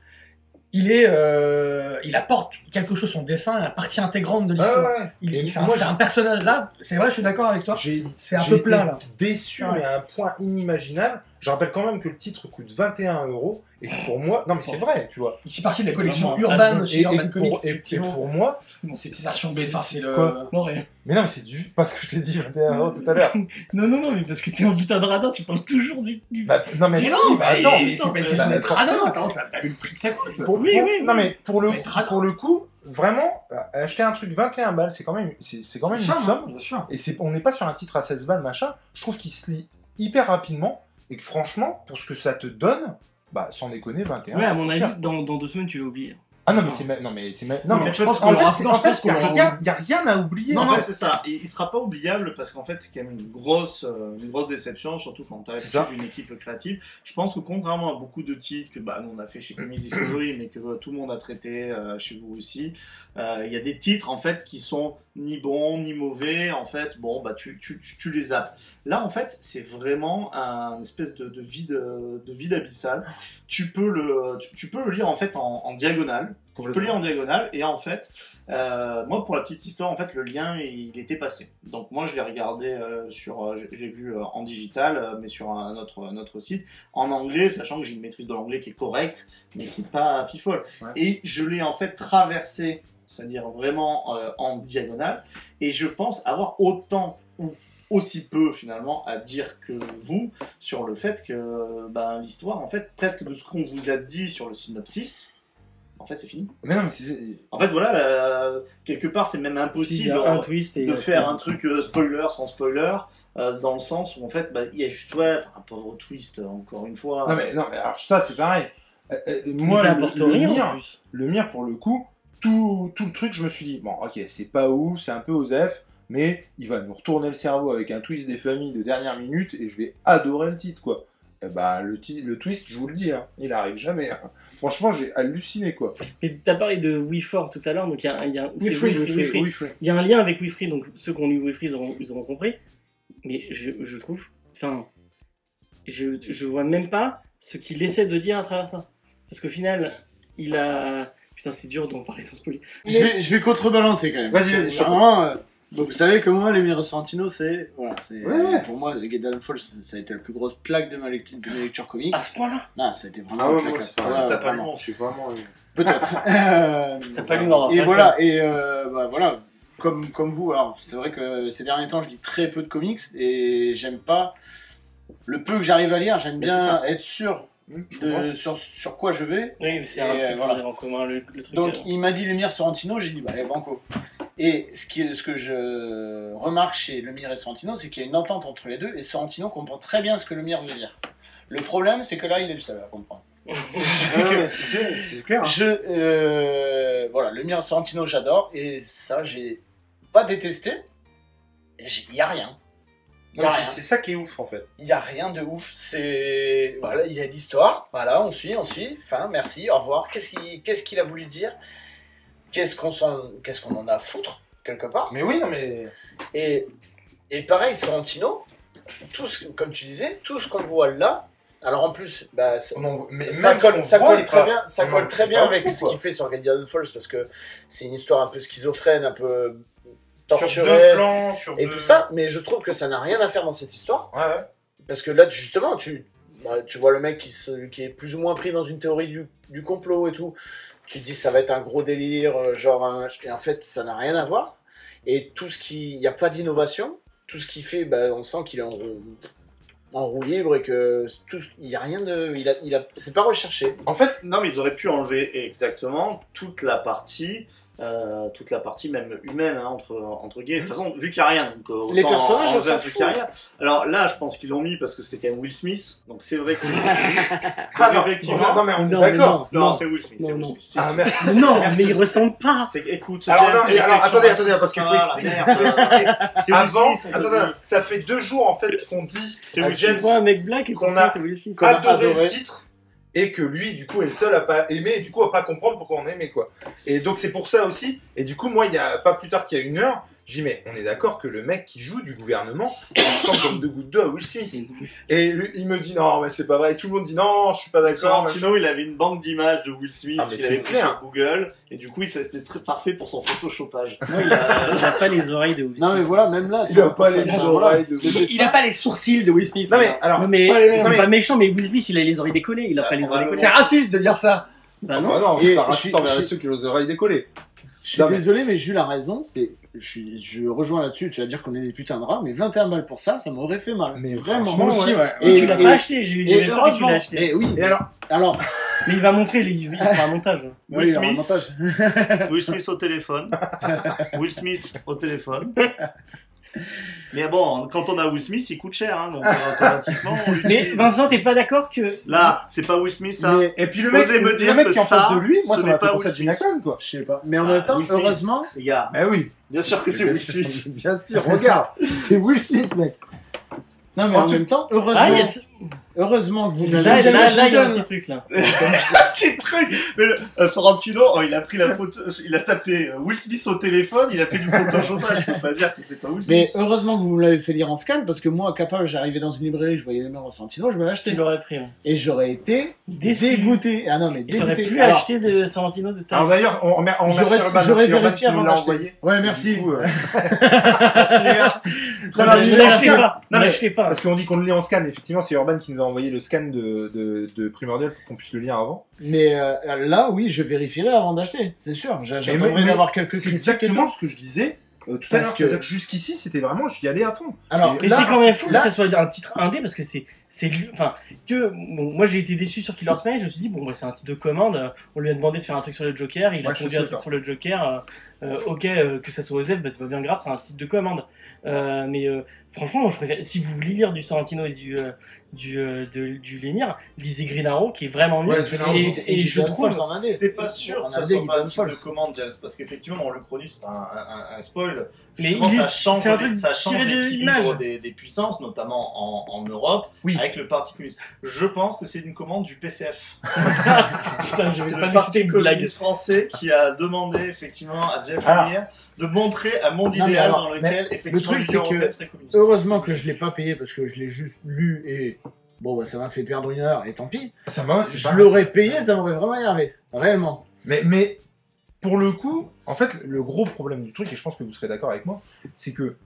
Speaker 5: il est, euh, il apporte quelque chose, son dessin est la partie intégrante de
Speaker 6: Ouais,
Speaker 5: l'histoire.
Speaker 6: Ah ouais, ouais.
Speaker 5: Il-
Speaker 6: Et
Speaker 5: C'est un,
Speaker 6: moi,
Speaker 5: c'est un personnage là, c'est vrai, je suis d'accord avec toi.
Speaker 6: J'ai
Speaker 5: C'est un
Speaker 6: j'ai
Speaker 5: peu
Speaker 6: été
Speaker 5: plat là.
Speaker 6: Déçu,
Speaker 5: Ouais.
Speaker 6: mais à un point inimaginable. Je rappelle quand même que le titre coûte 21 euros et que pour moi, non mais c'est vrai, tu vois.
Speaker 5: Il fait partie de la collection
Speaker 4: vraiment
Speaker 5: Urban
Speaker 6: Et,
Speaker 5: chez
Speaker 6: et
Speaker 5: Urban
Speaker 6: pour,
Speaker 5: Comics.
Speaker 6: et- et
Speaker 5: effectivement.
Speaker 6: pour moi,
Speaker 5: c'est c'est version B, enfin, c'est le.
Speaker 4: Euh,
Speaker 6: quoi mais non, mais c'est du parce que je t'ai dit 21 euros tout à *laughs* l'heure.
Speaker 4: Non, non, non, mais parce que t'es un putain de radin, tu parles toujours du. du-
Speaker 6: Bah, non mais,
Speaker 5: Mais
Speaker 6: si,
Speaker 5: non,
Speaker 6: bah,
Speaker 5: mais
Speaker 6: attends,
Speaker 5: c'est pas une
Speaker 4: Euh,
Speaker 5: question
Speaker 6: bah,
Speaker 5: d'être
Speaker 6: forcément.
Speaker 5: radin, attends, hein, ça- t'as vu le prix que ça coûte.
Speaker 6: Pour,
Speaker 4: Oui,
Speaker 6: pour-
Speaker 4: oui,
Speaker 6: non
Speaker 4: oui.
Speaker 6: mais pour le
Speaker 5: Ça va être radin.
Speaker 6: pour le coup, vraiment euh, acheter un truc 21 balles, c'est quand même c'est c'est quand même une
Speaker 5: Ça,
Speaker 6: somme.
Speaker 5: Bien sûr.
Speaker 6: Et c'est on n'est pas sur un titre à 16 balles machin. Je trouve qu'il se lit hyper rapidement et que franchement, pour ce que ça te donne, bah sans déconner 21.
Speaker 4: Ouais, à mon
Speaker 6: c'est cher.
Speaker 4: avis, dans, dans deux semaines, tu l'as oublié.
Speaker 6: Ah non, mais c'est ma- non mais c'est ma- non,
Speaker 5: Non,
Speaker 6: mais
Speaker 5: je pense
Speaker 6: en
Speaker 5: qu'on l'aura-
Speaker 6: fait, c'est-
Speaker 5: non,
Speaker 6: en
Speaker 5: je
Speaker 6: fait,
Speaker 5: pense
Speaker 6: il y a
Speaker 5: qu'on l'aura-
Speaker 6: rien- il y a rien à oublier.
Speaker 5: Non,
Speaker 6: en
Speaker 7: En
Speaker 6: fait.
Speaker 7: fait, c'est ça. Il, il sera pas oubliable parce qu'en fait, c'est quand même une grosse, euh, une grosse déception, surtout quand t'as
Speaker 6: C'est ça.
Speaker 7: une équipe créative. Je pense que contrairement à beaucoup de titres que bah, nous, on a fait
Speaker 6: *clears throat*
Speaker 7: chez Comics Discovery, mais que euh, tout le monde a traité euh, chez vous aussi, euh, il y a des titres en fait qui sont ni bons ni mauvais. En fait, bon, bah tu, tu, tu, tu les as. Là, en fait, c'est vraiment un espèce de, de vide, euh, de vide abyssal. Tu peux le, tu, tu peux le lire en fait en, en diagonale. Tu peux lire en diagonale et en fait. Euh, moi, pour la petite histoire, en fait, le lien, il était passé. Donc moi, je l'ai regardé euh, sur, euh, je je l'ai vu euh, en digital, euh, mais sur un autre, un autre site, en anglais, sachant que j'ai une maîtrise de l'anglais qui est correcte, mais qui n'est pas fifole.
Speaker 6: Ouais.
Speaker 7: Et je l'ai en fait traversé, c'est-à-dire vraiment euh, en diagonale, et je pense avoir autant ou aussi peu finalement à dire que vous sur le fait que ben, l'histoire, en fait, presque de ce qu'on vous a dit sur le synopsis, en fait, c'est fini.
Speaker 6: Mais non, mais c'est- c'est-
Speaker 7: En fait, voilà, la- quelque part, c'est même
Speaker 4: S'il y
Speaker 7: impossible
Speaker 4: a
Speaker 7: en-
Speaker 4: un twist et.
Speaker 7: de faire un truc euh, spoiler sans spoiler, euh, dans le sens où en fait, bah, il y a juste ouais, enfin, un pauvre twist, euh, encore une fois.
Speaker 6: non mais non mais alors ça c'est pareil. Euh, euh,
Speaker 4: Moi,
Speaker 6: moi
Speaker 4: ça
Speaker 6: le,
Speaker 4: apporte
Speaker 6: le
Speaker 4: rien en
Speaker 6: mien,
Speaker 4: plus.
Speaker 6: le mien pour le coup, tout, tout le truc, je me suis dit bon ok c'est pas ouf, c'est un peu osef, mais il va nous retourner le cerveau avec un twist des familles de dernière minute et je vais adorer le titre quoi. Eh ben, le, ti- le twist, je vous le dis, hein, il arrive jamais. hein. Franchement, j'ai halluciné quoi.
Speaker 4: Et t'as parlé de Wefor tout à l'heure, donc il y a, il y a- c'est
Speaker 6: Wilfried,
Speaker 4: Wilfried,
Speaker 6: Wilfried,
Speaker 4: Wilfried.
Speaker 6: Wilfried.
Speaker 4: Il y a un lien avec Wifree, donc ceux qui ont lu Wifree, ils auront, ils auront compris. Mais je, je trouve. Enfin. Je, je vois même pas ce qu'il essaie de dire à travers ça. Parce qu'au final, il a. Putain, c'est dur d'en parler sans spoiler.
Speaker 8: Je vais, je vais contrebalancer quand même.
Speaker 6: Vas-y, vas-y,
Speaker 8: Parce que
Speaker 6: chaud.
Speaker 8: Vraiment, euh, donc vous savez que moi, les Miro Sorrentino, c'est. Voilà, c'est-
Speaker 6: Ouais, ouais.
Speaker 8: Pour moi, The Get Falls, ça a été la plus grosse claque de ma lecture, de mes lectures comiques.
Speaker 4: À ce point-là
Speaker 8: Non, ça a été vraiment
Speaker 6: Ah ouais,
Speaker 8: une
Speaker 6: moi,
Speaker 8: claque.
Speaker 6: c'est-
Speaker 8: Ouais,
Speaker 6: c'est
Speaker 7: t'as pas
Speaker 8: vraiment.
Speaker 7: le nom.
Speaker 6: Je suis vraiment.
Speaker 8: *laughs* Peut-être. Euh,
Speaker 4: Ça pas lui m'en
Speaker 8: Et
Speaker 4: rappeler.
Speaker 8: voilà, et euh, bah, voilà, comme, comme vous, alors c'est vrai que ces derniers temps, je lis très peu de comics et j'aime pas. Le peu que j'arrive à lire, j'aime
Speaker 6: Mais
Speaker 8: bien être sûr
Speaker 6: Hum, je comprends.
Speaker 8: de, sur, sur quoi je vais.
Speaker 4: Oui, c'est un
Speaker 8: Et,
Speaker 4: truc
Speaker 8: euh, voilà.
Speaker 4: qu'on avait en commun, le, le truc.
Speaker 8: Donc
Speaker 4: euh,
Speaker 8: il m'a dit Lemire Sorrentino, j'ai dit bah allez banco. Et ce, qui, est- ce que je remarque chez Lemire et Sorrentino, c'est qu'il y a une entente entre les deux et Sorrentino comprend très bien ce que Lemire veut dire. Le problème, c'est que là, il est le seul à *laughs* comprendre.
Speaker 6: Ouais, ouais, ouais, c'est- c'est- c'est clair. hein.
Speaker 8: Je, euh, voilà, Lemire Sorrentino, j'adore et ça, j'ai pas détesté. Il y a rien. Il y a
Speaker 6: Non, mais
Speaker 8: rien.
Speaker 6: C'est c'est ça qui est ouf en fait.
Speaker 8: Il y a rien de ouf. C'est voilà, il y a l'histoire. Voilà, on suit, on suit. Fin, merci, au revoir. Qu'est-ce qu'il qu'est-ce qu'il a voulu dire Qu'est-ce qu'on s'en qu'est-ce qu'on en a à foutre quelque part
Speaker 6: Mais oui, non mais.
Speaker 8: Et et pareil, Sorrentino, tout ce, comme tu disais, tout ce qu'on voit là. Alors en plus, bah, ça,
Speaker 6: On en voit- mais
Speaker 8: ça
Speaker 6: même
Speaker 8: colle,
Speaker 6: si on
Speaker 8: ça
Speaker 6: voit
Speaker 8: colle
Speaker 6: les
Speaker 8: très
Speaker 6: pas-
Speaker 8: bien, ça
Speaker 6: on en-
Speaker 8: colle très
Speaker 6: c'est
Speaker 8: bien
Speaker 6: pas
Speaker 8: avec
Speaker 6: fou,
Speaker 8: ce
Speaker 6: quoi.
Speaker 8: qu'il fait sur Guardian Falls parce que c'est une histoire un peu schizophrène, un peu
Speaker 6: Sur deux
Speaker 8: torturée
Speaker 6: plans, sur
Speaker 8: et
Speaker 6: deux-
Speaker 8: tout ça. Mais je trouve que ça n'a rien à faire dans cette histoire.
Speaker 6: Ouais, ouais.
Speaker 8: Parce que là, tu- justement, tu, bah, tu vois le mec qui, se- qui est plus ou moins pris dans une théorie du, du complot et tout. Tu te dis, ça va être un gros délire, euh, genre. un- Et en fait, ça n'a rien à voir. Et tout ce qui. Il n'y a pas d'innovation. Tout ce qu'il fait, bah, on sent qu'il est en roue, en roue libre et que. tout- Il n'y a rien de. Il a, il a, c'est pas recherché.
Speaker 6: En fait,
Speaker 7: Non, mais ils auraient pu enlever exactement toute la partie. euh, toute la partie même humaine hein, entre entre gays. De toute façon, vu qu'il n'y a rien, donc euh,
Speaker 8: Les
Speaker 7: autant
Speaker 8: personnages, on
Speaker 7: enlever un
Speaker 8: s'en fout.
Speaker 7: truc qu'il y a rien. Alors là, je pense qu'ils l'ont mis parce que c'était quand même Will Smith. Donc c'est vrai que c'est Will Smith. Donc, effectivement.
Speaker 6: non, non, mais
Speaker 4: euh,
Speaker 6: on
Speaker 3: Non,
Speaker 6: est d'accord.
Speaker 7: Non, c'est Will Smith. c'est
Speaker 3: Non,
Speaker 7: Will
Speaker 3: non.
Speaker 7: Smith. C'est-
Speaker 6: Ah, merci.
Speaker 4: Mais non,
Speaker 6: Merci.
Speaker 4: mais ils ressemblent pas
Speaker 7: C'est écoute.
Speaker 6: Alors,
Speaker 7: James,
Speaker 6: non, mais
Speaker 7: tes
Speaker 6: alors,
Speaker 7: réflexions,
Speaker 6: attendez, attendez, parce qu'il
Speaker 7: ça
Speaker 6: faut
Speaker 7: va,
Speaker 6: expliquer.
Speaker 7: la merde, faut expliquer. C'est Will
Speaker 6: Avant,
Speaker 7: Smith, on
Speaker 6: attends,
Speaker 7: peut
Speaker 6: attends, ça fait deux jours en fait qu'on dit
Speaker 7: C'est
Speaker 6: à
Speaker 7: Will
Speaker 4: Tu
Speaker 6: James
Speaker 4: vois un mec black et pour
Speaker 6: qu'on
Speaker 4: ça,
Speaker 6: a-
Speaker 4: c'est Will Smith.
Speaker 8: qu'on a
Speaker 6: adorer le
Speaker 8: adoré.
Speaker 6: titre et que lui, du coup, est le seul à pas aimer, et du coup, à pas comprendre pourquoi on aimait, quoi. Et donc, c'est pour ça aussi, et du coup, moi, il y a pas plus tard qu'il y a une heure, j'ai dit, mais on est d'accord que le mec qui joue du gouvernement, il ressemble comme deux gouttes d'eau à Will Smith. Et lui, il me dit, non, mais c'est pas vrai, tout le monde dit, non, je suis pas d'accord. machin.
Speaker 7: Sorrentino, il avait une banque d'images de Will Smith,
Speaker 6: Ah, mais
Speaker 7: il
Speaker 6: c'est
Speaker 7: avait pris
Speaker 6: clair.
Speaker 7: sur Google, et du coup, il- ça c'était très parfait pour son photoshopage.
Speaker 4: Non, il a, Ah, il a pas les oreilles de Will
Speaker 8: Non, mais
Speaker 4: Smith.
Speaker 8: voilà, même là.
Speaker 6: Il
Speaker 8: ça-
Speaker 6: a pas
Speaker 8: ça-
Speaker 6: les
Speaker 8: voilà.
Speaker 6: oreilles de
Speaker 8: Le
Speaker 5: Il a
Speaker 8: dessin-
Speaker 5: pas les sourcils de Will Smith.
Speaker 6: Non, mais, alors,
Speaker 4: Non, mais,
Speaker 5: Ça, les mecs,
Speaker 4: c'est
Speaker 6: mais-
Speaker 4: pas méchant, mais Will Smith, il a les oreilles décollées, il a
Speaker 7: Ah,
Speaker 4: pas les oreilles
Speaker 7: probablement.
Speaker 4: collées.
Speaker 5: C'est raciste de dire ça.
Speaker 4: Bah
Speaker 6: Ah
Speaker 4: non.
Speaker 6: bah non,
Speaker 8: Et
Speaker 6: c'est pas
Speaker 8: je
Speaker 6: raciste
Speaker 8: suis-
Speaker 6: envers
Speaker 8: je-
Speaker 6: ceux qui ont les oreilles décollées.
Speaker 8: Je suis
Speaker 6: Non, mais-
Speaker 8: désolé, mais Jules a raison. C'est, je, suis- je rejoins là-dessus. Tu vas dire qu'on est des putains de rats, mais 21 balles pour ça, ça m'aurait fait mal.
Speaker 6: Mais
Speaker 8: vraiment.
Speaker 5: Moi aussi, ouais.
Speaker 8: Et-
Speaker 4: tu l'as
Speaker 8: et-
Speaker 4: pas acheté, j'ai eu
Speaker 8: Et
Speaker 4: j'ai pas que tu l'as
Speaker 8: heureusement.
Speaker 4: acheté.
Speaker 8: Et oui.
Speaker 6: Et alors,
Speaker 8: Alors,
Speaker 4: Mais il va montrer, il, il fera un montage.
Speaker 8: oui,
Speaker 7: Will
Speaker 8: alors, un
Speaker 7: Smith.
Speaker 8: montage.
Speaker 7: *laughs* Will Smith au téléphone. Will Smith au téléphone. Mais bon, quand on a Will Smith, il coûte cher, hein, donc euh, automatiquement, on
Speaker 4: Mais
Speaker 7: l'utilise.
Speaker 4: Vincent, t'es pas d'accord que.
Speaker 7: Là, c'est pas Will Smith, ça.
Speaker 8: Mais-
Speaker 6: Et puis le
Speaker 7: Osez
Speaker 6: mec,
Speaker 7: me
Speaker 6: le
Speaker 7: dire
Speaker 6: mec
Speaker 7: que
Speaker 6: qui est en
Speaker 7: ça,
Speaker 6: face de lui, moi
Speaker 7: ce
Speaker 6: ça
Speaker 7: n'est
Speaker 6: m'a
Speaker 7: pas
Speaker 6: fait penser
Speaker 7: Will
Speaker 6: à Gina
Speaker 7: Smith.
Speaker 6: Khan, quoi.
Speaker 8: Je sais pas. Mais en
Speaker 7: Ah,
Speaker 8: même temps,
Speaker 7: Will Smith.
Speaker 8: heureusement,
Speaker 7: Les gars,
Speaker 6: Bah oui,
Speaker 7: bien sûr que c'est Will Smith.
Speaker 8: Ah,
Speaker 6: bien sûr, regarde, *laughs* c'est Will Smith, mec.
Speaker 8: Non, mais
Speaker 6: Oh,
Speaker 8: en
Speaker 6: tu-
Speaker 8: même temps, heureusement,
Speaker 4: Ah, il y a ce-
Speaker 8: heureusement que vous
Speaker 4: Là,
Speaker 8: l'avez
Speaker 4: là,
Speaker 8: dit.
Speaker 4: là, il y a un petit truc là.
Speaker 7: Petit truc. Mais le- euh, Sorrentino, oh, il a pris la photo, il a tapé euh, Will Smith au téléphone, il a fait du photoshopage. Je peux pas dire que c'est pas Will
Speaker 8: Mais
Speaker 7: Smith.
Speaker 8: heureusement que vous me l'avez fait lire en scan, parce que moi, capable, j'arrivais dans une librairie, je voyais les murs en sentino, je me
Speaker 4: Tu
Speaker 8: l'achetais.
Speaker 4: l'aurais pris. hein.
Speaker 8: Et j'aurais été
Speaker 4: Déçu.
Speaker 8: dégoûté. Ah non, mais
Speaker 4: Et t'aurais
Speaker 8: dégoûté.
Speaker 4: pu
Speaker 8: Alors,
Speaker 4: acheter de Sorrentino de ta.
Speaker 6: Alors d'ailleurs, on remer- on remercie
Speaker 8: Hein j'aurais
Speaker 6: Urban,
Speaker 8: j'aurais
Speaker 6: merci Urban
Speaker 8: vérifié
Speaker 6: qui nous
Speaker 8: avant
Speaker 6: l'a
Speaker 8: d'acheter.
Speaker 6: envoyé.
Speaker 8: Ouais,
Speaker 6: Du
Speaker 8: merci.
Speaker 6: coup, euh,
Speaker 7: Merci, les gars.
Speaker 4: Non, non,
Speaker 6: bien,
Speaker 4: ne l'achetez
Speaker 6: merci.
Speaker 4: pas. Ne
Speaker 6: Non, mais-
Speaker 4: l'achetez pas.
Speaker 6: Parce qu'on dit qu'on le lit en scan, effectivement, c'est Urban qui nous a envoyé le scan de, de, de Primordial pour qu'on puisse le lire avant.
Speaker 8: Mais euh, là, oui, je vérifierai avant d'acheter, c'est sûr. J'a-
Speaker 6: mais-
Speaker 8: J'attendrai
Speaker 6: mais
Speaker 8: d'avoir quelques
Speaker 6: C'est
Speaker 8: critiques. et
Speaker 6: exactement
Speaker 8: tout.
Speaker 6: ce que je disais euh, tout à l'heure.
Speaker 8: Parce que-
Speaker 6: c'est-à-dire que Jusqu'ici, c'était vraiment, j'y allais à fond.
Speaker 8: Alors,
Speaker 4: Mais
Speaker 8: là,
Speaker 4: c'est quand même fou
Speaker 8: là-
Speaker 4: que ça soit un titre indé parce que c'est c'est lui- enfin que bon, moi j'ai été déçu sur Killer Smile, je me suis dit bon bah, c'est un titre de commande, euh, on lui a demandé de faire un truc sur le Joker, il
Speaker 6: Ouais,
Speaker 4: a
Speaker 6: je
Speaker 4: conduit
Speaker 6: suis
Speaker 4: un truc
Speaker 6: d'accord.
Speaker 4: sur le Joker, euh, euh, ok euh, que ça soit Osef, bah, c'est pas bien grave, c'est un titre de commande. Euh, mais euh, franchement, moi, je préfère, si vous voulez lire du Sorrentino et du euh, du euh, de- du Lemire, lisez Green Arrow qui est vraiment mieux.
Speaker 8: Ouais, Green Arrow,
Speaker 4: et,
Speaker 8: ils ont-
Speaker 4: et
Speaker 8: ils
Speaker 4: je
Speaker 8: ont
Speaker 4: trouve
Speaker 8: force en indé.
Speaker 7: C'est pas sûr
Speaker 8: On
Speaker 7: que ça
Speaker 8: avait
Speaker 7: soit
Speaker 8: dit
Speaker 7: pas un
Speaker 8: Tom
Speaker 7: type de
Speaker 8: Falls.
Speaker 7: commande, James, parce qu'effectivement, on le chronique, c'est pas un, un- un spoil.
Speaker 4: Mais
Speaker 7: Justement,
Speaker 4: il est-
Speaker 7: ça change,
Speaker 4: c'est un
Speaker 7: les-
Speaker 4: truc
Speaker 7: ça change
Speaker 4: tiré de
Speaker 7: l'équilibre
Speaker 4: l'image.
Speaker 7: des, des puissances, notamment en, en Europe,
Speaker 6: Oui.
Speaker 7: avec le Parti communiste. Je pense que c'est une commande du PCF.
Speaker 4: *laughs* putain, je vais
Speaker 7: C'est
Speaker 4: pas me citer
Speaker 7: le Parti
Speaker 4: une blague.
Speaker 7: communiste français qui a demandé effectivement à Jeff
Speaker 6: Alors.
Speaker 7: Lemire de montrer un monde
Speaker 8: Non, mais
Speaker 7: idéal
Speaker 8: alors,
Speaker 7: dans
Speaker 8: mais
Speaker 7: lequel effectivement
Speaker 8: truc,
Speaker 7: l'Union
Speaker 8: c'est que-
Speaker 7: européenne serait communiste.
Speaker 8: Heureusement que je l'ai pas payé parce que je l'ai juste lu et bon, bah, ça m'a fait perdre une heure et tant pis.
Speaker 6: Ça m'a, Ah, c'est
Speaker 8: Je
Speaker 6: pas-
Speaker 8: l'aurais payé, ça m'aurait vraiment énervé. Réellement.
Speaker 6: Mais, mais pour le coup, en fait, le gros problème du truc, et je pense que vous serez d'accord avec moi, c'est que,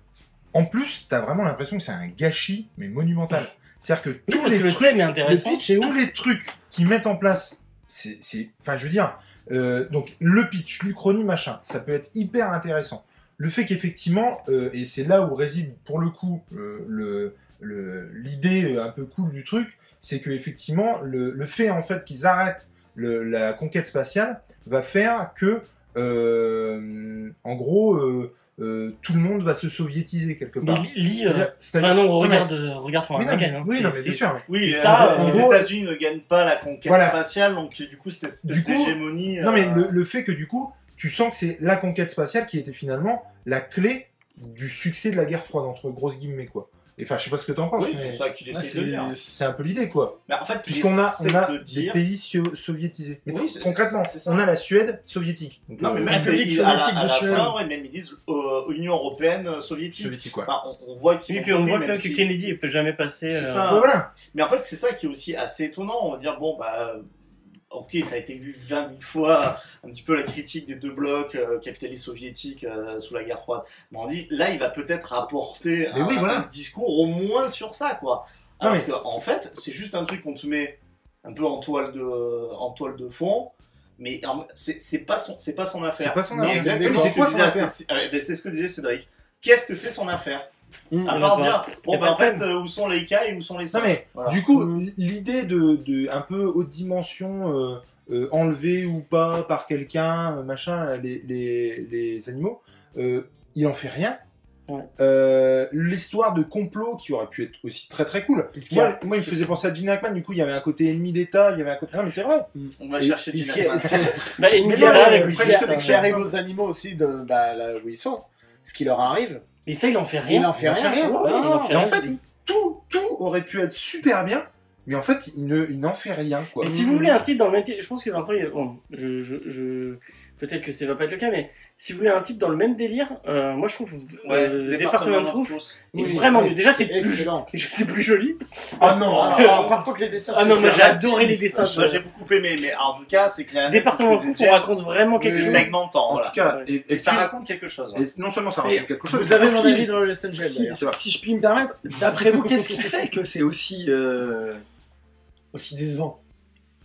Speaker 6: en plus, t'as vraiment l'impression que c'est un gâchis, mais monumental. C'est-à-dire que tous
Speaker 4: Parce
Speaker 6: les
Speaker 4: que le
Speaker 6: trucs,
Speaker 4: thème est
Speaker 8: Le
Speaker 4: intéressant.
Speaker 8: pitch est ouf.
Speaker 6: tous les trucs qu'ils mettent en place, c'est, c'est- enfin, je veux dire, euh, donc le pitch, l'uchronie, machin, ça peut être hyper intéressant. Le fait qu'effectivement, euh, et c'est là où réside pour le coup euh, le- le- l'idée euh, un peu cool du truc, c'est que effectivement le, le fait en fait qu'ils arrêtent le- la conquête spatiale va faire que, euh, en gros, euh, euh, tout le monde va se soviétiser quelque
Speaker 4: Mais
Speaker 1: bah,
Speaker 6: part.
Speaker 4: lis, euh,
Speaker 6: C'est-à-dire- c'est-à-dire-
Speaker 4: enfin non,
Speaker 6: Non, mais-
Speaker 4: regarde, euh, regarde
Speaker 6: mais non,
Speaker 4: Florian Magan, hein.
Speaker 6: oui,
Speaker 4: C'est-
Speaker 6: non, mais bien
Speaker 4: c'est-
Speaker 6: sûr.
Speaker 7: Oui,
Speaker 4: c'est
Speaker 7: euh,
Speaker 4: ça,
Speaker 7: les
Speaker 6: en gros-
Speaker 7: États-Unis ne gagnent pas la conquête
Speaker 6: Voilà.
Speaker 7: spatiale, donc du coup, cette espèce
Speaker 6: Du coup-
Speaker 7: d'hégémonie.
Speaker 6: Non, mais
Speaker 7: euh,
Speaker 6: le, le fait que du coup, tu sens que c'est la conquête spatiale qui était finalement la clé du succès de la guerre froide, entre grosses guillemets, quoi. Et enfin, je sais pas ce que t'en penses,
Speaker 7: Oui,
Speaker 6: mais
Speaker 7: c'est ça qu'il
Speaker 6: ouais,
Speaker 7: essaie de dire.
Speaker 6: c'est c'est un peu l'idée, quoi.
Speaker 7: Mais en fait,
Speaker 6: Puisqu'on a, on
Speaker 7: essaie
Speaker 6: a
Speaker 7: de
Speaker 6: des
Speaker 7: dire.
Speaker 6: pays sio- soviétisés. Mais
Speaker 7: Oui, c'est-
Speaker 6: concrètement,
Speaker 7: c'est ça.
Speaker 6: on a la Suède soviétique. Donc,
Speaker 7: Non, mais
Speaker 6: euh,
Speaker 7: même
Speaker 6: soviétique,
Speaker 7: ils- à la,
Speaker 8: soviétique
Speaker 7: à
Speaker 8: de
Speaker 7: la
Speaker 8: Suède.
Speaker 7: fin, ouais, même ils disent euh, Union européenne euh, soviétique.
Speaker 6: soviétique, quoi.
Speaker 7: Enfin, on, on voit qu'ils
Speaker 4: Oui,
Speaker 7: ont
Speaker 4: puis on
Speaker 7: compris,
Speaker 4: voit
Speaker 7: même
Speaker 4: que
Speaker 7: si-
Speaker 4: Kennedy il peut jamais passer.
Speaker 7: C'est
Speaker 4: euh,
Speaker 7: ça.
Speaker 6: Ouais, voilà.
Speaker 7: Mais en fait, c'est ça qui est aussi assez étonnant. On va dire, bon, bah, euh, ok, ça a été vu 20 000 fois, un petit peu la critique des deux blocs euh, capitalistes soviétiques euh, sous la guerre froide. Mais on dit, là, il va peut-être apporter
Speaker 6: Mais
Speaker 7: un,
Speaker 6: oui, voilà.
Speaker 7: un discours au moins sur ça, quoi.
Speaker 6: Non,
Speaker 7: Alors
Speaker 6: mais-
Speaker 7: que, en fait, c'est juste un truc qu'on te met un peu en toile de, en toile de fond. Mais en- c'est c'est pas son, c'est pas son affaire.
Speaker 6: C'est pas son
Speaker 7: Mais
Speaker 6: affaire.
Speaker 7: exactement
Speaker 8: Mais
Speaker 6: c'est
Speaker 7: ce
Speaker 6: quoi
Speaker 7: que
Speaker 6: son
Speaker 7: disait-
Speaker 6: affaire
Speaker 7: c'est- euh, ben, C'est ce que disait Cédric. Qu'est-ce que c'est son affaire
Speaker 6: Hum,
Speaker 8: Mmh,
Speaker 7: À
Speaker 4: on
Speaker 7: part
Speaker 4: l'a
Speaker 7: dire,
Speaker 4: Y
Speaker 7: bon,
Speaker 4: a
Speaker 7: ben,
Speaker 4: pas
Speaker 7: en
Speaker 4: de
Speaker 7: fait, euh, où sont les cas et où sont les
Speaker 6: Non,
Speaker 7: singes
Speaker 6: mais
Speaker 7: Voilà.
Speaker 6: du coup, l'idée de, de un peu haute dimension, euh, euh, enlevée ou pas par quelqu'un, euh, machin, les, les, les animaux, euh, il en fait rien.
Speaker 4: Ouais.
Speaker 6: Euh, L'histoire de complot qui aurait pu être aussi très très cool.
Speaker 8: puisqu'il y a-
Speaker 6: Moi, moi, il me faisait penser à Gene Hackman, du coup, il y avait un côté ennemi d'État, il y avait un côté. Non, mais c'est vrai.
Speaker 7: On va
Speaker 6: Et-
Speaker 7: chercher
Speaker 6: et
Speaker 7: du
Speaker 6: ce qui est- ce qui est-
Speaker 4: Bah, et
Speaker 8: Mais
Speaker 4: Nick
Speaker 8: non,
Speaker 4: Cave,
Speaker 8: mais
Speaker 4: avec
Speaker 8: ce
Speaker 4: Will
Speaker 8: qui-
Speaker 4: Smith,
Speaker 8: ce
Speaker 4: hein.
Speaker 8: qui arrive aux animaux aussi de bah, là où ils sont, ce qui leur arrive,
Speaker 4: Mais ça, il en fait
Speaker 8: il
Speaker 4: rien.
Speaker 8: en fait rien.
Speaker 4: Ouais, il en fait
Speaker 6: Et en
Speaker 4: rien.
Speaker 6: fait, tout, tout aurait pu être super bien, Mais en fait, il ne- il n'en fait rien, quoi.
Speaker 4: Mais si vous voulez un titre dans le même titre, je pense que Vincent, il- bon, je, je, je- peut-être que ça va pas être le cas, mais si vous voulez un titre dans le même délire, euh, moi je trouve
Speaker 7: Ouais,
Speaker 4: euh,
Speaker 7: département
Speaker 4: Département de Trouve
Speaker 7: Trousse.
Speaker 4: est
Speaker 8: Oui,
Speaker 4: vraiment
Speaker 8: oui,
Speaker 4: mieux. Déjà, c'est plus, *laughs*
Speaker 8: Excellent.
Speaker 4: c'est plus joli.
Speaker 6: Ah non
Speaker 8: Ah, alors, par contre, les dessins,
Speaker 4: Ah
Speaker 8: c'est
Speaker 4: non, moi
Speaker 8: bien.
Speaker 4: j'ai adoré les dessins.
Speaker 7: Moi, j'ai beaucoup aimé, mais en tout cas, c'est clair.
Speaker 4: Département de Trouve, on raconte vraiment
Speaker 7: C'est
Speaker 4: quelque chose.
Speaker 7: segmentant,
Speaker 6: En
Speaker 7: voilà.
Speaker 6: tout cas,
Speaker 4: Ouais.
Speaker 6: et, et
Speaker 7: Et ça
Speaker 6: puis-
Speaker 7: raconte quelque chose.
Speaker 6: et non seulement ça
Speaker 3: Mais
Speaker 6: raconte quelque chose,
Speaker 8: Vous avez
Speaker 3: Parce
Speaker 8: mon
Speaker 3: qu'il-
Speaker 8: avis dans le Los Angeles,
Speaker 3: Si,
Speaker 8: d'ailleurs.
Speaker 6: c'est vrai.
Speaker 3: si je puis me permettre, d'après vous, qu'est-ce qui fait que c'est aussi, euh, aussi décevant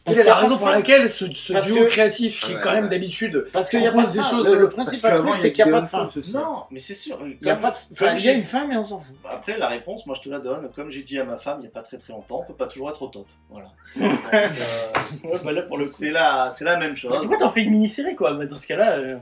Speaker 4: Parce
Speaker 3: Quelle est
Speaker 4: qu'il y a
Speaker 3: la
Speaker 4: pas
Speaker 3: raison
Speaker 4: de
Speaker 3: pour
Speaker 4: fin.
Speaker 3: laquelle ce, ce
Speaker 4: Parce
Speaker 3: duo
Speaker 4: que-
Speaker 3: créatif, qui
Speaker 6: Ouais,
Speaker 3: est quand même
Speaker 6: ouais.
Speaker 3: d'habitude,
Speaker 8: Parce qu'il n'y a pas
Speaker 3: propose
Speaker 8: de
Speaker 3: des
Speaker 8: fin.
Speaker 3: choses-
Speaker 8: Le, le
Speaker 6: parce
Speaker 8: principal
Speaker 6: qu'avant,
Speaker 8: truc,
Speaker 6: il y
Speaker 8: c'est qu'il n'y a pas de
Speaker 6: Game
Speaker 8: fin.
Speaker 6: of Thrones aussi.
Speaker 7: Non, mais c'est sûr.
Speaker 8: Il y a
Speaker 7: comme-
Speaker 8: pas de
Speaker 7: comme
Speaker 8: enfin, il y a
Speaker 7: j'ai-
Speaker 8: une fin, mais on s'en fout.
Speaker 7: Après, la réponse, moi, je te la donne. Comme j'ai dit à ma femme il n'y a pas très très longtemps, on peut pas toujours être au top.
Speaker 4: *laughs*
Speaker 7: Voilà. Donc, euh,
Speaker 4: Ouais, bah là, pour le coup.
Speaker 7: C'est la, c'est la même chose.
Speaker 4: Mais Pourquoi t'en fais une mini-série quoi Bah, Dans ce cas-là, euh,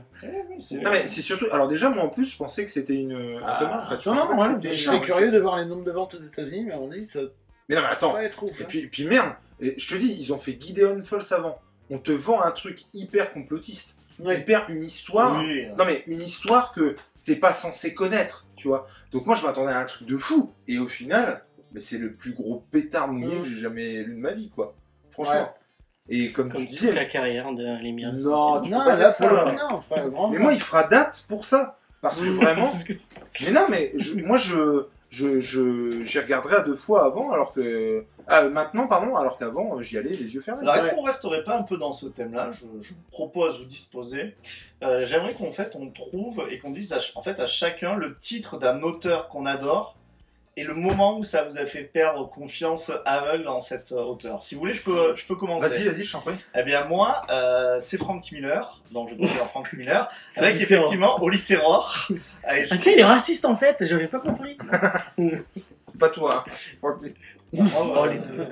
Speaker 7: C'est-
Speaker 6: Non mais c'est surtout. Alors déjà moi en plus je pensais que c'était une. euh,
Speaker 3: Ah,
Speaker 6: Thomas, en fait, je
Speaker 3: non,
Speaker 6: pensais
Speaker 3: non,
Speaker 6: pas que
Speaker 3: ouais,
Speaker 6: c'était
Speaker 8: Je
Speaker 6: une-
Speaker 8: serais curieux de voir les nombres de ventes aux États-Unis, mais on dit ça
Speaker 6: Mais non mais
Speaker 8: va
Speaker 6: attends.
Speaker 8: pas être ouf.
Speaker 6: Et
Speaker 8: hein.
Speaker 6: puis, et puis merde. Et je te dis ils ont fait Gideon Falls avant. On te vend un truc hyper complotiste,
Speaker 8: Ouais.
Speaker 6: hyper une histoire.
Speaker 7: Oui, euh,
Speaker 6: Non mais une histoire que t'es pas censé connaître, tu vois. Donc moi je m'attendais à un truc de fou. Et au final, mais c'est le plus gros pétard mouillé
Speaker 8: Mm.
Speaker 6: que j'ai jamais lu de ma vie, quoi. Franchement. Et comme,
Speaker 4: comme
Speaker 6: tu disais,
Speaker 4: toute la carrière de l'émir.
Speaker 6: non, tu
Speaker 8: Non,
Speaker 6: peux pas
Speaker 8: là,
Speaker 6: dire
Speaker 8: pour
Speaker 6: ça.
Speaker 8: le coup, non, enfin, vraiment.
Speaker 6: Mais moi il fera date pour ça, parce que
Speaker 4: *laughs*
Speaker 6: vraiment. Mais non, mais je- moi, je, je, je, j'y regarderais à deux fois avant, alors que. Ah, maintenant, pardon, alors qu'avant, euh, j'y allais les yeux fermés.
Speaker 7: Alors, est-ce qu'on resterait pas un peu dans ce thème-là je, je vous propose, vous disposez. Euh, J'aimerais qu'en fait, on trouve et qu'on dise à, ch- en fait, à chacun le titre d'un auteur qu'on adore et le moment où ça vous a fait perdre confiance aveugle en cet euh, auteur. Si vous voulez, je peux, je peux commencer.
Speaker 6: Vas-y, vas-y, je t'en prie.
Speaker 7: Eh bien, moi, euh, c'est Frank Miller, dont je préfère
Speaker 6: *laughs*
Speaker 7: Frank Miller,
Speaker 4: C'est
Speaker 7: avec
Speaker 4: différent.
Speaker 7: effectivement Oli Terror. Avec-
Speaker 4: Ah, tu sais, il est raciste en fait, j'avais pas compris.
Speaker 6: Pas toi. hein.
Speaker 7: Oh, les deux.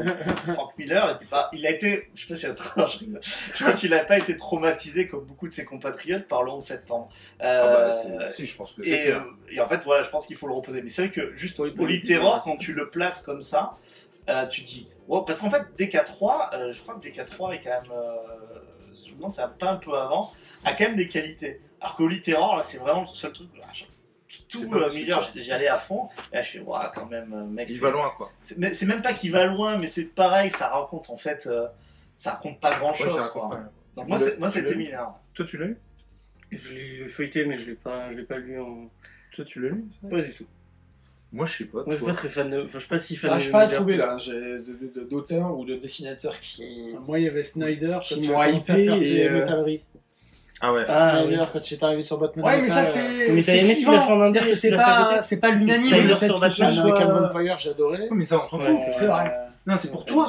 Speaker 7: Frank Miller était pas. Il a été. Je sais pas si je rigole. Je sais pas s'il n'a pas été traumatisé comme beaucoup de ses compatriotes par le 11 septembre.
Speaker 6: Ah bah,
Speaker 7: Euh,
Speaker 6: c'est- si, je pense que
Speaker 7: et,
Speaker 6: c'est.
Speaker 7: euh, et en fait, voilà, je pense qu'il faut le reposer. Mais c'est vrai que juste
Speaker 8: Oui,
Speaker 7: au Terror, quand tu le places comme ça, euh, tu dis. Wow, parce qu'en fait, DK3, euh, je crois que DK3 est quand même. euh, je me demande, c'est un pas un peu avant, a quand même des qualités. Alors qu'au Terror, là, c'est vraiment le seul truc. là, je-
Speaker 6: C'est
Speaker 7: tout
Speaker 6: pas
Speaker 7: euh,
Speaker 6: possible.
Speaker 7: Miller, j'y j'y allais à fond. Et là, je fais, waouh, quand même, euh, mec.
Speaker 6: Il
Speaker 7: c'est-
Speaker 6: va loin, quoi.
Speaker 7: c'est mais c'est même pas qu'il va loin, mais c'est pareil, ça raconte en fait, euh, ça raconte pas grand
Speaker 6: Ouais,
Speaker 7: chose.
Speaker 6: c'est un
Speaker 7: quoi.
Speaker 6: contraire.
Speaker 7: Donc
Speaker 6: Tu
Speaker 7: moi,
Speaker 6: l'as-
Speaker 7: c'est- moi
Speaker 6: tu l'as
Speaker 7: c'était
Speaker 6: lu
Speaker 7: Miller.
Speaker 6: Toi, tu l'as eu
Speaker 4: Je l'ai feuilleté, mais je l'ai pas, je l'ai pas lu en.
Speaker 6: Toi, tu l'as lu
Speaker 4: Pas du tout.
Speaker 6: Moi, je sais pas.
Speaker 4: Moi, je suis pas
Speaker 6: toi.
Speaker 4: très fan de. Enfin, Ah, je suis pas si fan
Speaker 3: j'arrive
Speaker 4: de.
Speaker 3: pas à
Speaker 4: Miller.
Speaker 3: trouver là, j'ai de- de- de- d'auteur ou de dessinateur qui.
Speaker 8: Moi, il y avait Snyder,
Speaker 3: Qui
Speaker 8: quand
Speaker 3: m'ont
Speaker 8: il a commencé à
Speaker 3: hypé
Speaker 8: faire ses
Speaker 3: et, euh,
Speaker 8: métalleries.
Speaker 6: Ah ouais.
Speaker 4: Ah,
Speaker 8: Snyder,
Speaker 4: oui.
Speaker 8: quand j'étais arrivé sur Batman.
Speaker 3: Ouais, mais ça
Speaker 8: Metal, euh,
Speaker 3: c'est.
Speaker 4: mais t'as
Speaker 3: c'est
Speaker 4: aimé ce qu'il a
Speaker 3: clivant.
Speaker 4: fait en indé,
Speaker 3: C'est-à-dire que
Speaker 4: ce
Speaker 3: c'est
Speaker 4: qu'il a fait
Speaker 3: pas,
Speaker 4: voter.
Speaker 3: c'est pas
Speaker 4: C'est
Speaker 3: l'unanime
Speaker 4: Snyder
Speaker 3: le fait
Speaker 4: sur
Speaker 3: que ce
Speaker 4: Batman,
Speaker 8: Avec Calm
Speaker 3: soit.
Speaker 8: Vampire, j'adorais.
Speaker 6: Mais ça, on s'en
Speaker 4: Ouais.
Speaker 6: fout.
Speaker 3: c'est vrai.
Speaker 6: Non, c'est pour toi.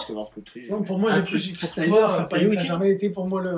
Speaker 3: Donc pour moi, j'ai
Speaker 6: Un
Speaker 3: plus
Speaker 6: truc
Speaker 3: que
Speaker 6: pour
Speaker 3: Snyder,
Speaker 6: toi,
Speaker 3: ça a pas- ça a jamais été pour moi le.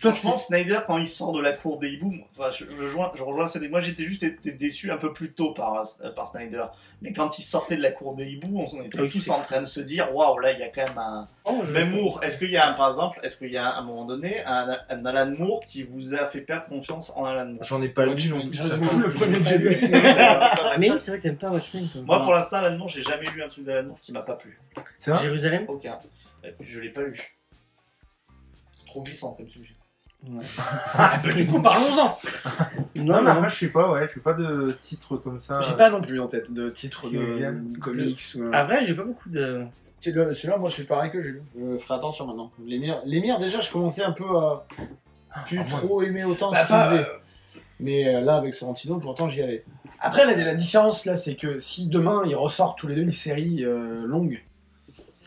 Speaker 6: Toi,
Speaker 7: Franchement, Snyder, quand il sort de la cour des hiboux, enfin, je, je joins- je rejoins CD. Moi, j'étais juste été déçu un peu plus tôt par, euh, par Snyder. Mais quand il sortait de la cour des hiboux, on était
Speaker 4: Oui,
Speaker 7: tous
Speaker 4: c'est
Speaker 7: en train de se dire waouh, là, il y a quand même un.
Speaker 4: Non, Oh, je-
Speaker 7: Même Moore, est-ce qu'il y a, un, par exemple, est-ce qu'il y a à un moment donné un, un Alan Moore qui vous a fait perdre confiance en Alan Moore
Speaker 6: J'en ai pas
Speaker 3: Ouais,
Speaker 6: lu non plus.
Speaker 3: j'ai
Speaker 6: ça.
Speaker 3: lu le premier que j'ai lu.
Speaker 4: Ah, mais oui, c'est vrai que t'aimes pas Watchmen. toi.
Speaker 7: Moi, pour l'instant, Alan Moore, j'ai jamais lu un truc d'Alan Moore qui m'a pas plu.
Speaker 6: C'est vrai
Speaker 4: Jérusalem
Speaker 7: Aucun. Euh, Je l'ai pas lu. Trop glissant comme sujet.
Speaker 3: Du coup, parlons-en.
Speaker 6: Non, mais
Speaker 4: non.
Speaker 6: après, je sais pas, ouais, je fais pas de titre comme ça. euh,
Speaker 3: J'ai pas non plus en tête de titre
Speaker 6: Qui viennent.
Speaker 3: de comics ou.
Speaker 4: Ah, vrai, j'ai pas beaucoup de.
Speaker 8: C'est le- Celui-là, moi, je suis pareil que Jules. Je ferai attention maintenant. L'émir, l'émir, déjà, je commençais un peu à plus
Speaker 6: Ah, moi.
Speaker 8: trop aimer autant
Speaker 3: Bah,
Speaker 8: ce qu'il
Speaker 3: pas,
Speaker 8: faisait. Mais euh, là, avec Sorrentino, pourtant, j'y allais.
Speaker 3: Après, la, la différence là, c'est que si demain ils ressortent tous les deux une série euh, longue,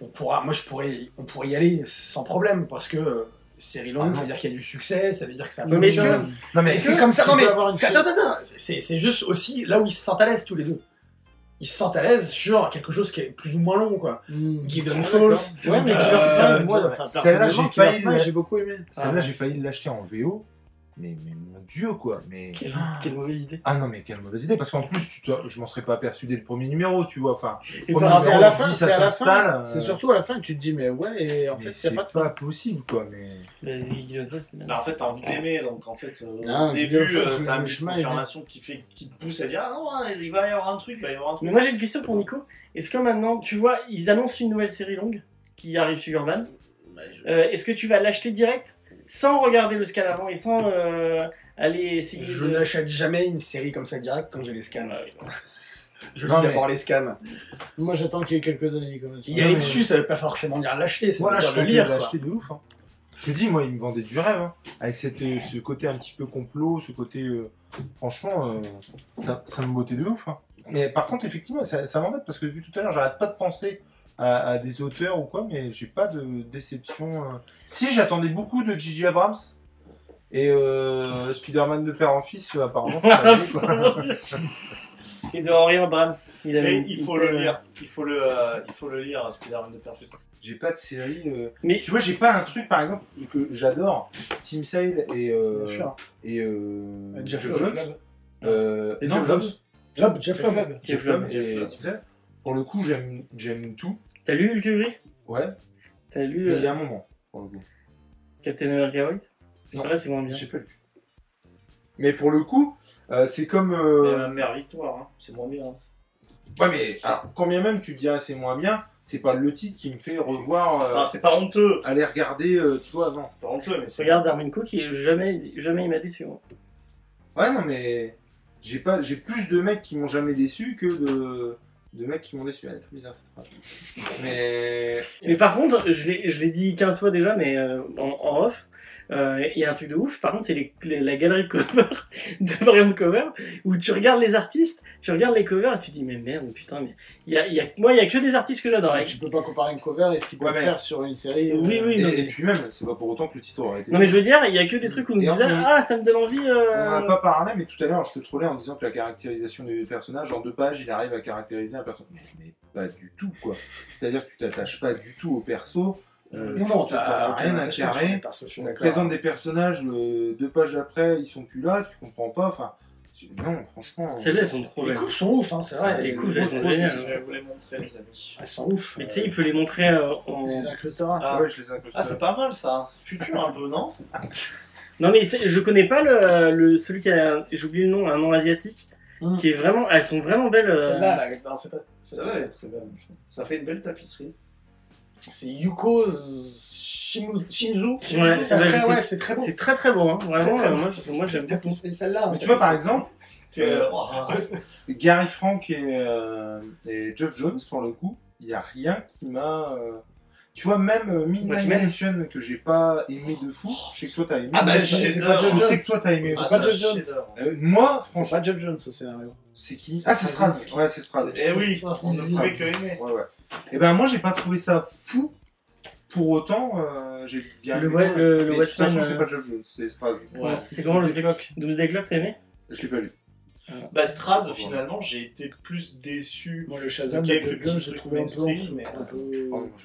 Speaker 3: on pourra, moi je pourrais, on pourrait y aller sans problème parce que euh, série longue,
Speaker 6: Ah non.
Speaker 3: ça veut dire qu'il y a du succès, ça veut dire que ça
Speaker 4: Non, mais
Speaker 3: fonctionne.
Speaker 4: que-
Speaker 6: Non, mais
Speaker 3: Et
Speaker 8: est-ce
Speaker 3: c'est
Speaker 8: que
Speaker 3: comme ça,
Speaker 8: tu
Speaker 3: non
Speaker 8: peux
Speaker 3: mais
Speaker 8: avoir une
Speaker 3: parce que-
Speaker 8: série-
Speaker 3: attends, attends, attends, c'est c'est juste aussi là où ils se sentent à l'aise tous les deux. Ils se sentent à l'aise sur quelque chose qui est plus ou moins long quoi. Gideon Falls, c'est
Speaker 8: Ouais,
Speaker 3: bon,
Speaker 8: mais
Speaker 3: euh,
Speaker 8: Divertissement, moi, enfin,
Speaker 6: celle-là, j'ai
Speaker 8: personnellement,
Speaker 6: failli
Speaker 8: Divertissement,
Speaker 6: la-
Speaker 8: j'ai beaucoup aimé.
Speaker 3: Ah,
Speaker 6: Celle-là, Ah,
Speaker 3: euh,
Speaker 6: j'ai failli l'acheter en VO. Mais, mais mon dieu, quoi. Mais.
Speaker 4: Quelle, quelle mauvaise idée.
Speaker 6: Ah non, mais quelle mauvaise idée. Parce qu'en plus, tu te- je m'en serais pas aperçu dès le premier numéro, tu vois. Enfin,
Speaker 4: Et
Speaker 6: Ouais,
Speaker 4: par
Speaker 6: mais
Speaker 8: C'est
Speaker 4: rapport
Speaker 8: à
Speaker 6: on
Speaker 8: la
Speaker 6: se
Speaker 8: fin,
Speaker 6: dit,
Speaker 8: c'est
Speaker 6: ça
Speaker 8: à la
Speaker 6: s'installe,
Speaker 8: fin.
Speaker 6: euh,
Speaker 8: C'est surtout à la fin que tu te dis, mais ouais, et en
Speaker 6: mais
Speaker 8: fait, il
Speaker 6: c'est
Speaker 8: n'y a
Speaker 6: pas,
Speaker 8: pas de fin.
Speaker 6: possible, quoi. Mais...
Speaker 4: à la Guillaume Fosse, c'est bien.
Speaker 7: Bah, en fait, t'as envie d'aimer, donc en fait, euh,
Speaker 8: Non,
Speaker 7: au
Speaker 8: je veux
Speaker 7: début,
Speaker 8: dire,
Speaker 7: euh,
Speaker 8: le
Speaker 7: t'as une
Speaker 8: chemin,
Speaker 7: confirmation qui, fait, qui te pousse à dire Ah non, hein, il va y avoir un truc, il va y avoir un truc.
Speaker 4: Mais moi, j'ai une question pour Nico. Est-ce que maintenant, tu vois, ils annoncent une nouvelle série longue qui arrive sur Urban Euh, Est-ce que tu vas l'acheter direct sans regarder le scan avant et sans euh, aller essayer
Speaker 3: Je
Speaker 4: de. *laughs*
Speaker 3: n'achète jamais une série comme ça direct quand j'ai les scans.
Speaker 4: Ouais, ouais.
Speaker 3: *laughs* Je
Speaker 1: Non,
Speaker 3: lis
Speaker 1: mais-
Speaker 3: d'abord les scans.
Speaker 8: Moi, j'attends qu'il y ait quelques années comme ça.
Speaker 3: Il y a
Speaker 8: Non, mais-
Speaker 3: dessus, ça veut pas forcément dire l'acheter, ça
Speaker 1: Voilà,
Speaker 3: veut
Speaker 1: je
Speaker 3: dire le
Speaker 1: peux
Speaker 3: lire. quoi.
Speaker 1: l'acheter de ouf. hein. Je te dis, moi, il me vendait du rêve. hein. Avec cette, euh, ce côté un petit peu complot, ce côté. euh, franchement, euh, ça, ça me bottait de ouf. hein. Mais par contre, effectivement, ça, ça m'embête parce que depuis tout à l'heure, j'arrête pas de penser à, à des auteurs ou quoi, mais j'ai pas de déception. euh. Si, j'attendais beaucoup de Gigi Abrams. Et euh, Spider-Man de père en fils, euh, apparemment. faut
Speaker 4: *laughs*
Speaker 1: pas aimer, quoi.
Speaker 4: Ah, Et de Henri Abrams. Il avait-
Speaker 7: Mais il faut le lire. Il faut le, euh, il faut le lire, Spider-Man de Perfect.
Speaker 6: J'ai pas de série. euh,
Speaker 4: Mais-
Speaker 6: tu vois, j'ai pas un truc par exemple que j'adore. Tim Sale et euh,
Speaker 3: Bien sûr.
Speaker 6: et euh,
Speaker 3: Et Jeff
Speaker 6: Jeff
Speaker 3: Loeb.
Speaker 6: Jobs. Euh,
Speaker 3: Et
Speaker 6: non,
Speaker 3: Jeff Jobs.
Speaker 6: hein,
Speaker 3: Job, Jeff Loeb.
Speaker 4: Euh,
Speaker 6: Jeff Loeb et Tim Sale. Pour le coup, j'aime j'aime tout.
Speaker 4: T'as lu le Gris
Speaker 6: Ouais.
Speaker 4: T'as
Speaker 6: mais
Speaker 4: lu
Speaker 6: Il y
Speaker 4: euh,
Speaker 6: a un moment pour le coup.
Speaker 4: Captain America White C'est
Speaker 6: Non.
Speaker 4: pas là, c'est moins bien.
Speaker 6: J'ai pas lu. Mais pour le coup, euh, c'est comme.
Speaker 7: Mais
Speaker 6: euh,
Speaker 7: ma mère victoire, hein. c'est moins bien. hein.
Speaker 6: Ouais, mais alors, quand bien même tu dirais c'est moins bien, c'est pas le titre qui me fait
Speaker 7: C'est-
Speaker 6: revoir.
Speaker 7: c'est
Speaker 6: euh,
Speaker 7: ça, c'est pas honteux.
Speaker 6: aller regarder, euh, tu vois, non.
Speaker 7: C'est pas honteux, mais c'est.
Speaker 4: Regarde Darwin Cook, il, jamais, jamais il m'a déçu. moi.
Speaker 6: Ouais, non, mais j'ai pas, j'ai plus de mecs qui m'ont jamais déçu que de, de mecs qui m'ont déçu. Elle est très bizarre cette phrase. Mais
Speaker 4: Mais par contre, je l'ai je l'ai dit 15 fois déjà, mais euh, en, en off, euh, il y a un truc de ouf. Par contre, c'est les- les- la galerie de cover, *laughs* de variant de cover, où tu regardes les artistes, tu regardes les covers et tu dis, mais merde, putain, mais. il Y a, il y a, moi, il y a que des artistes que j'adore.
Speaker 8: Tu peux pas comparer une cover et ce qu'ils peuvent
Speaker 6: Ouais, mais-
Speaker 8: faire sur une série. euh,
Speaker 4: Oui, oui,
Speaker 6: et,
Speaker 4: non,
Speaker 6: et
Speaker 4: mais,
Speaker 6: puis même, c'est pas pour autant que le titre aurait été.
Speaker 4: non, mais je veux dire, il y a que des trucs où on me
Speaker 6: Et en
Speaker 4: disait,
Speaker 6: plus-
Speaker 4: ah, ça me donne envie.
Speaker 6: On en
Speaker 4: euh,
Speaker 6: a pas parlé, mais tout à l'heure, je te trollais en disant que la caractérisation des personnages, en deux pages, il arrive à caractériser un personnage. Mais pas du tout, quoi. C'est-à dire que tu t'attaches pas du tout au perso. euh,
Speaker 3: Non, non,
Speaker 6: tu t'as
Speaker 3: t'as
Speaker 6: rien à
Speaker 3: attention sur
Speaker 6: carrer.
Speaker 3: les persos, je suis
Speaker 6: On te
Speaker 3: d'accord.
Speaker 6: présente des personnages, euh, deux pages après, ils sont plus là, tu comprends pas. Enfin, tu- non, franchement. hein.
Speaker 4: Celles-là, elles sont trop
Speaker 3: Les
Speaker 4: belles.
Speaker 3: couves sont ouf, hein, c'est vrai.
Speaker 4: Les
Speaker 3: elles-
Speaker 4: couves,
Speaker 7: Je
Speaker 4: elles sont géniales.
Speaker 8: hein.
Speaker 7: vais vous les montrer, les amis.
Speaker 3: Elles sont ouf.
Speaker 4: Mais tu sais, il peut les montrer euh, en.
Speaker 8: Les incrustera.
Speaker 7: Ah,
Speaker 6: Ouais, je les incruste.
Speaker 7: ah, c'est pas mal ça. C'est Futur hein, un peu, non
Speaker 4: Non mais c'est- je connais pas le, le- celui qui a j'ai oublié le nom un nom asiatique
Speaker 6: Mmh.
Speaker 3: Mm.
Speaker 4: qui est vraiment elles sont vraiment belles. euh,
Speaker 3: Celle-là, là, non, c'est pas.
Speaker 7: Celle-là, elle est très belle. je trouve. Ça fait une belle tapisserie.
Speaker 3: C'est Yuko Shinu- Shinzu. Shinzu,
Speaker 4: Ouais,
Speaker 3: c'est
Speaker 4: ouais,
Speaker 3: très-
Speaker 4: je sais.
Speaker 3: ouais, c'est très beau.
Speaker 4: C'est très très beau hein vraiment
Speaker 3: très
Speaker 4: euh,
Speaker 3: beau.
Speaker 4: moi je- moi j'aime
Speaker 3: T'as
Speaker 4: beaucoup.
Speaker 3: pensé celle-là.
Speaker 6: Mais
Speaker 3: hein,
Speaker 6: tu vois,
Speaker 3: t'as
Speaker 6: par
Speaker 3: pensé-
Speaker 6: exemple,
Speaker 7: C'est, euh, oh,
Speaker 3: Ouais, c'est-
Speaker 6: Gary Frank et, euh, et Jeff Jones, pour le coup, il n'y a rien qui m'a. euh, Tu vois, même euh, Midnight
Speaker 4: Watchmen.
Speaker 6: Nation que j'ai pas aimé de fou, je sais que toi t'as aimé.
Speaker 3: Ah bah,
Speaker 6: Je
Speaker 3: c'est-
Speaker 6: sais
Speaker 7: c'est
Speaker 6: pas,
Speaker 7: pas
Speaker 6: je
Speaker 7: Jeff
Speaker 6: sais
Speaker 8: Jones.
Speaker 6: que toi t'as aimé.
Speaker 7: ah,
Speaker 6: aussi.
Speaker 8: pas
Speaker 7: ça,
Speaker 8: Jeff Jones.
Speaker 7: chef-d'œuvre.
Speaker 6: Euh, moi,
Speaker 8: C'est
Speaker 6: franchement.
Speaker 8: pas Jeff Jones au scénario.
Speaker 6: C'est qui Ah, c'est Straz. Ouais, c'est Straz.
Speaker 7: Eh oui,
Speaker 3: c'est-
Speaker 7: on ne
Speaker 3: c'est-
Speaker 7: pouvait que aimer.
Speaker 6: Ouais, ouais. Et ben moi, j'ai pas trouvé ça fou. Pour autant, euh, j'ai bien
Speaker 4: Le
Speaker 6: aimé
Speaker 4: Wa-
Speaker 6: quand même.
Speaker 4: le- le
Speaker 6: Mais De toute
Speaker 4: Watchmen,
Speaker 6: façon, c'est
Speaker 4: euh,
Speaker 6: pas Jeff Jones, c'est Straz.
Speaker 4: Ouais, c'est comment le truc Doomsday Clock t'as aimé
Speaker 6: Je l'ai pas lu.
Speaker 7: Bah, Straz, finalement, j'ai été plus déçu.
Speaker 8: Moi, le Shazam de
Speaker 7: Quelques
Speaker 8: Jeff Jones, je
Speaker 7: petits
Speaker 8: l'ai trouvé un peu en
Speaker 7: trucs
Speaker 8: dessous, mais un
Speaker 6: Oh,
Speaker 8: peu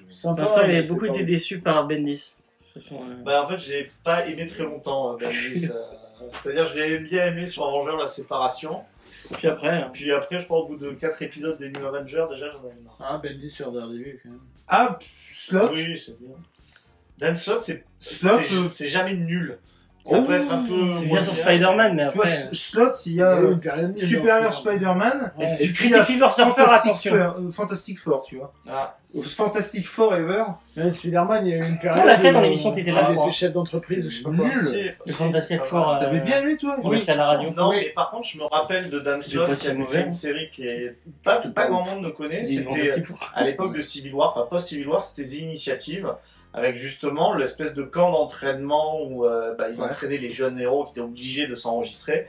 Speaker 6: j'ai-
Speaker 8: sympa.
Speaker 4: Vincent il
Speaker 8: mais
Speaker 4: a
Speaker 8: Ah c'est
Speaker 4: beaucoup
Speaker 8: pas
Speaker 4: été
Speaker 8: ouf.
Speaker 4: déçu par Bendis. Ce sont, euh,
Speaker 7: Bah, en fait, j'ai pas aimé très longtemps, euh, Bendis. euh,
Speaker 4: *laughs*
Speaker 7: C'est-à-dire, je l'ai bien aimé sur Avengers, la séparation.
Speaker 4: Puis après hein.
Speaker 7: Puis après, je crois, au bout de 4 épisodes des New Avengers, déjà, j'en avais marre.
Speaker 8: Ah, Bendy sur Daredevil, quand même.
Speaker 6: Ah, Slot
Speaker 7: Oui, c'est bien. Dan Slott, c'est
Speaker 6: Slott,
Speaker 7: c'est-
Speaker 6: euh,
Speaker 7: c'est jamais nul. Ça
Speaker 6: Oh,
Speaker 7: peut être un peu.
Speaker 4: C'est
Speaker 7: moins
Speaker 4: bien sur Spider-Man mais
Speaker 6: Tu vois,
Speaker 4: après. euh,
Speaker 6: S- Slot, il y a
Speaker 8: Il y a eu
Speaker 6: euh,
Speaker 8: une période nulle dans
Speaker 6: Superior
Speaker 8: ce film.
Speaker 6: Spider-Man.
Speaker 4: et
Speaker 6: et
Speaker 4: si tu
Speaker 6: puis,
Speaker 4: critiques Silver Surfer
Speaker 6: Fantastic
Speaker 4: attention.
Speaker 6: Four, euh, Fantastic Four, tu vois.
Speaker 7: Ah,
Speaker 6: Fantastic Forever.
Speaker 8: Ouais, Spider-Man, il y a eu une période.
Speaker 4: Ça on l'a fait
Speaker 8: où-
Speaker 4: dans l'émission t'étais là.
Speaker 8: Ah,
Speaker 4: je
Speaker 8: j'étais
Speaker 4: crois.
Speaker 8: chef d'entreprise, je sais pas quoi.
Speaker 6: Nul.
Speaker 7: c'est-
Speaker 4: Le Fantastic Four. euh,
Speaker 6: T'avais bien lu, toi
Speaker 4: on l'a fait à la radio.
Speaker 7: Non, mais par contre, je me rappelle de Dan
Speaker 4: C'est
Speaker 7: Slott,
Speaker 4: pas
Speaker 7: qui a
Speaker 4: si
Speaker 7: fait
Speaker 4: mauvais.
Speaker 7: une série qui est pas, pas grand monde ne connaît.
Speaker 4: ils vendent
Speaker 7: C'était euh,
Speaker 4: aussi pour-
Speaker 7: à l'époque de Civil War, enfin pas Civil War, c'était The Initiative, avec justement l'espèce de camp d'entraînement où euh, bah, ils
Speaker 6: Ouais.
Speaker 7: entraînaient les jeunes héros qui étaient obligés de s'enregistrer.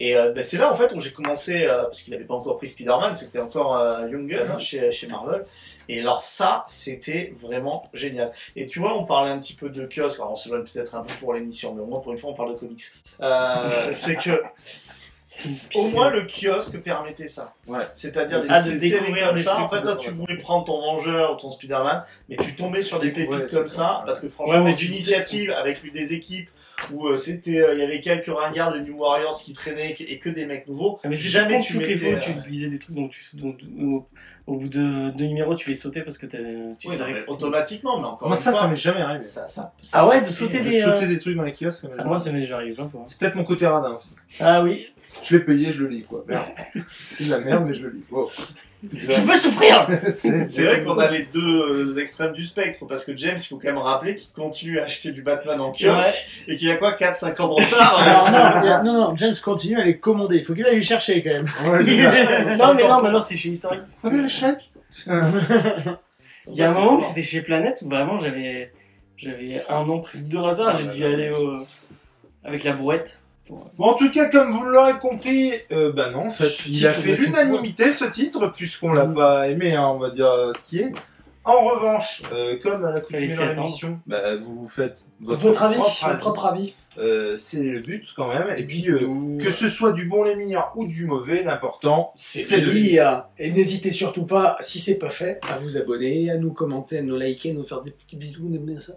Speaker 7: Et euh, bah, c'est là en fait où j'ai commencé, euh, parce qu'il n'avait pas encore pris Spider-Man, c'était encore euh, Young Gun hein, chez, chez Marvel. Et alors ça, c'était vraiment génial. Et tu vois, on parlait un petit peu de kiosque, alors on se donne peut-être un peu pour l'émission, mais au moins pour une fois on parle de comics.
Speaker 6: *laughs*
Speaker 7: Euh, c'est que au moins le kiosque permettait ça.
Speaker 6: Ouais.
Speaker 7: C'est-à-dire des
Speaker 4: Ah, de
Speaker 7: petites
Speaker 4: découvrir
Speaker 7: séries comme
Speaker 4: les
Speaker 7: ça.
Speaker 4: trucs
Speaker 7: En fait, toi, tu voulais prendre ton Vengeur ou ton Spider-Man, mais tu tombais sur des
Speaker 6: Ouais,
Speaker 7: pépites
Speaker 6: c'est
Speaker 7: comme
Speaker 6: ça.
Speaker 7: ça, parce que franchement,
Speaker 4: Ouais, mais tu-
Speaker 7: d'initiative avec des équipes où euh, c'était, euh, il y avait quelques ringards des New Warriors qui traînaient et que des mecs nouveaux.
Speaker 4: Ah, mais si
Speaker 7: Jamais
Speaker 4: tu
Speaker 7: tu
Speaker 4: toutes les
Speaker 7: mettais, euh,
Speaker 4: fois tu lisais des trucs donc tu donc, au, au bout de deux numéros tu les sautais parce que t'avais- tu
Speaker 7: Oui, non,
Speaker 4: savais que
Speaker 7: mais
Speaker 4: c'était-
Speaker 7: automatiquement, mais encore
Speaker 6: Moi,
Speaker 7: une
Speaker 6: ça,
Speaker 7: fois,
Speaker 6: ça m'est jamais arrivé.
Speaker 7: ça, ça- ça-
Speaker 4: Ah ouais, de sauter
Speaker 6: De
Speaker 4: des- euh,
Speaker 6: sauter des trucs dans les kiosques, ça m'est
Speaker 4: Ah,
Speaker 6: jamais
Speaker 4: Moi
Speaker 6: arrivé.
Speaker 4: ça m'est déjà arrivé plein de fois.
Speaker 6: C'est peut-être mon côté radin.
Speaker 4: Ah oui,
Speaker 6: *laughs* Je l'ai payé, je le lis, quoi. Merde. C'est de la merde, mais je le lis. Wow.
Speaker 4: Je veux souffrir
Speaker 6: C'est
Speaker 7: C'est vrai qu'on a les deux euh, extrêmes du spectre, parce que James, il faut quand même rappeler qu'il continue à acheter du Batman en kiosque, et qu'il a quoi, 4-5 ans de retard *laughs*
Speaker 5: Alors,
Speaker 8: Ah,
Speaker 5: non, il y a- non, non, James continue à les commander. Il faut qu'il aille les chercher quand même.
Speaker 4: Non, mais non, maintenant c'est chez Historique.
Speaker 1: Prenez le chèque.
Speaker 4: Il y a un moment où c'était chez Planète où vraiment j'avais j'avais un nom prise de hasard, j'ai dû aller au... avec la brouette.
Speaker 1: Bon, en tout cas, comme vous l'aurez compris, euh, bah non, en fait,
Speaker 5: Ce
Speaker 1: il
Speaker 5: titre
Speaker 1: a fait
Speaker 5: ne Mmh. fait
Speaker 1: l'unanimité ce titre, puisqu'on l'a pas aimé, hein, on va dire euh, ce qui est. En revanche, euh, comme à la coutume
Speaker 4: Fallait s'y
Speaker 1: dans
Speaker 4: attendre.
Speaker 1: l'émission, bah, vous vous faites votre,
Speaker 8: Votre, avis,
Speaker 1: propre
Speaker 8: votre propre avis.
Speaker 1: Euh, c'est le but quand même. Et puis, euh, que ce soit du bon les meilleurs ou du mauvais, l'important, c'est
Speaker 8: de
Speaker 1: de
Speaker 8: lire. Et n'hésitez surtout pas, si c'est pas fait, à vous abonner, à nous commenter, à nous liker, à nous faire des petits bisous, on aime bien ça.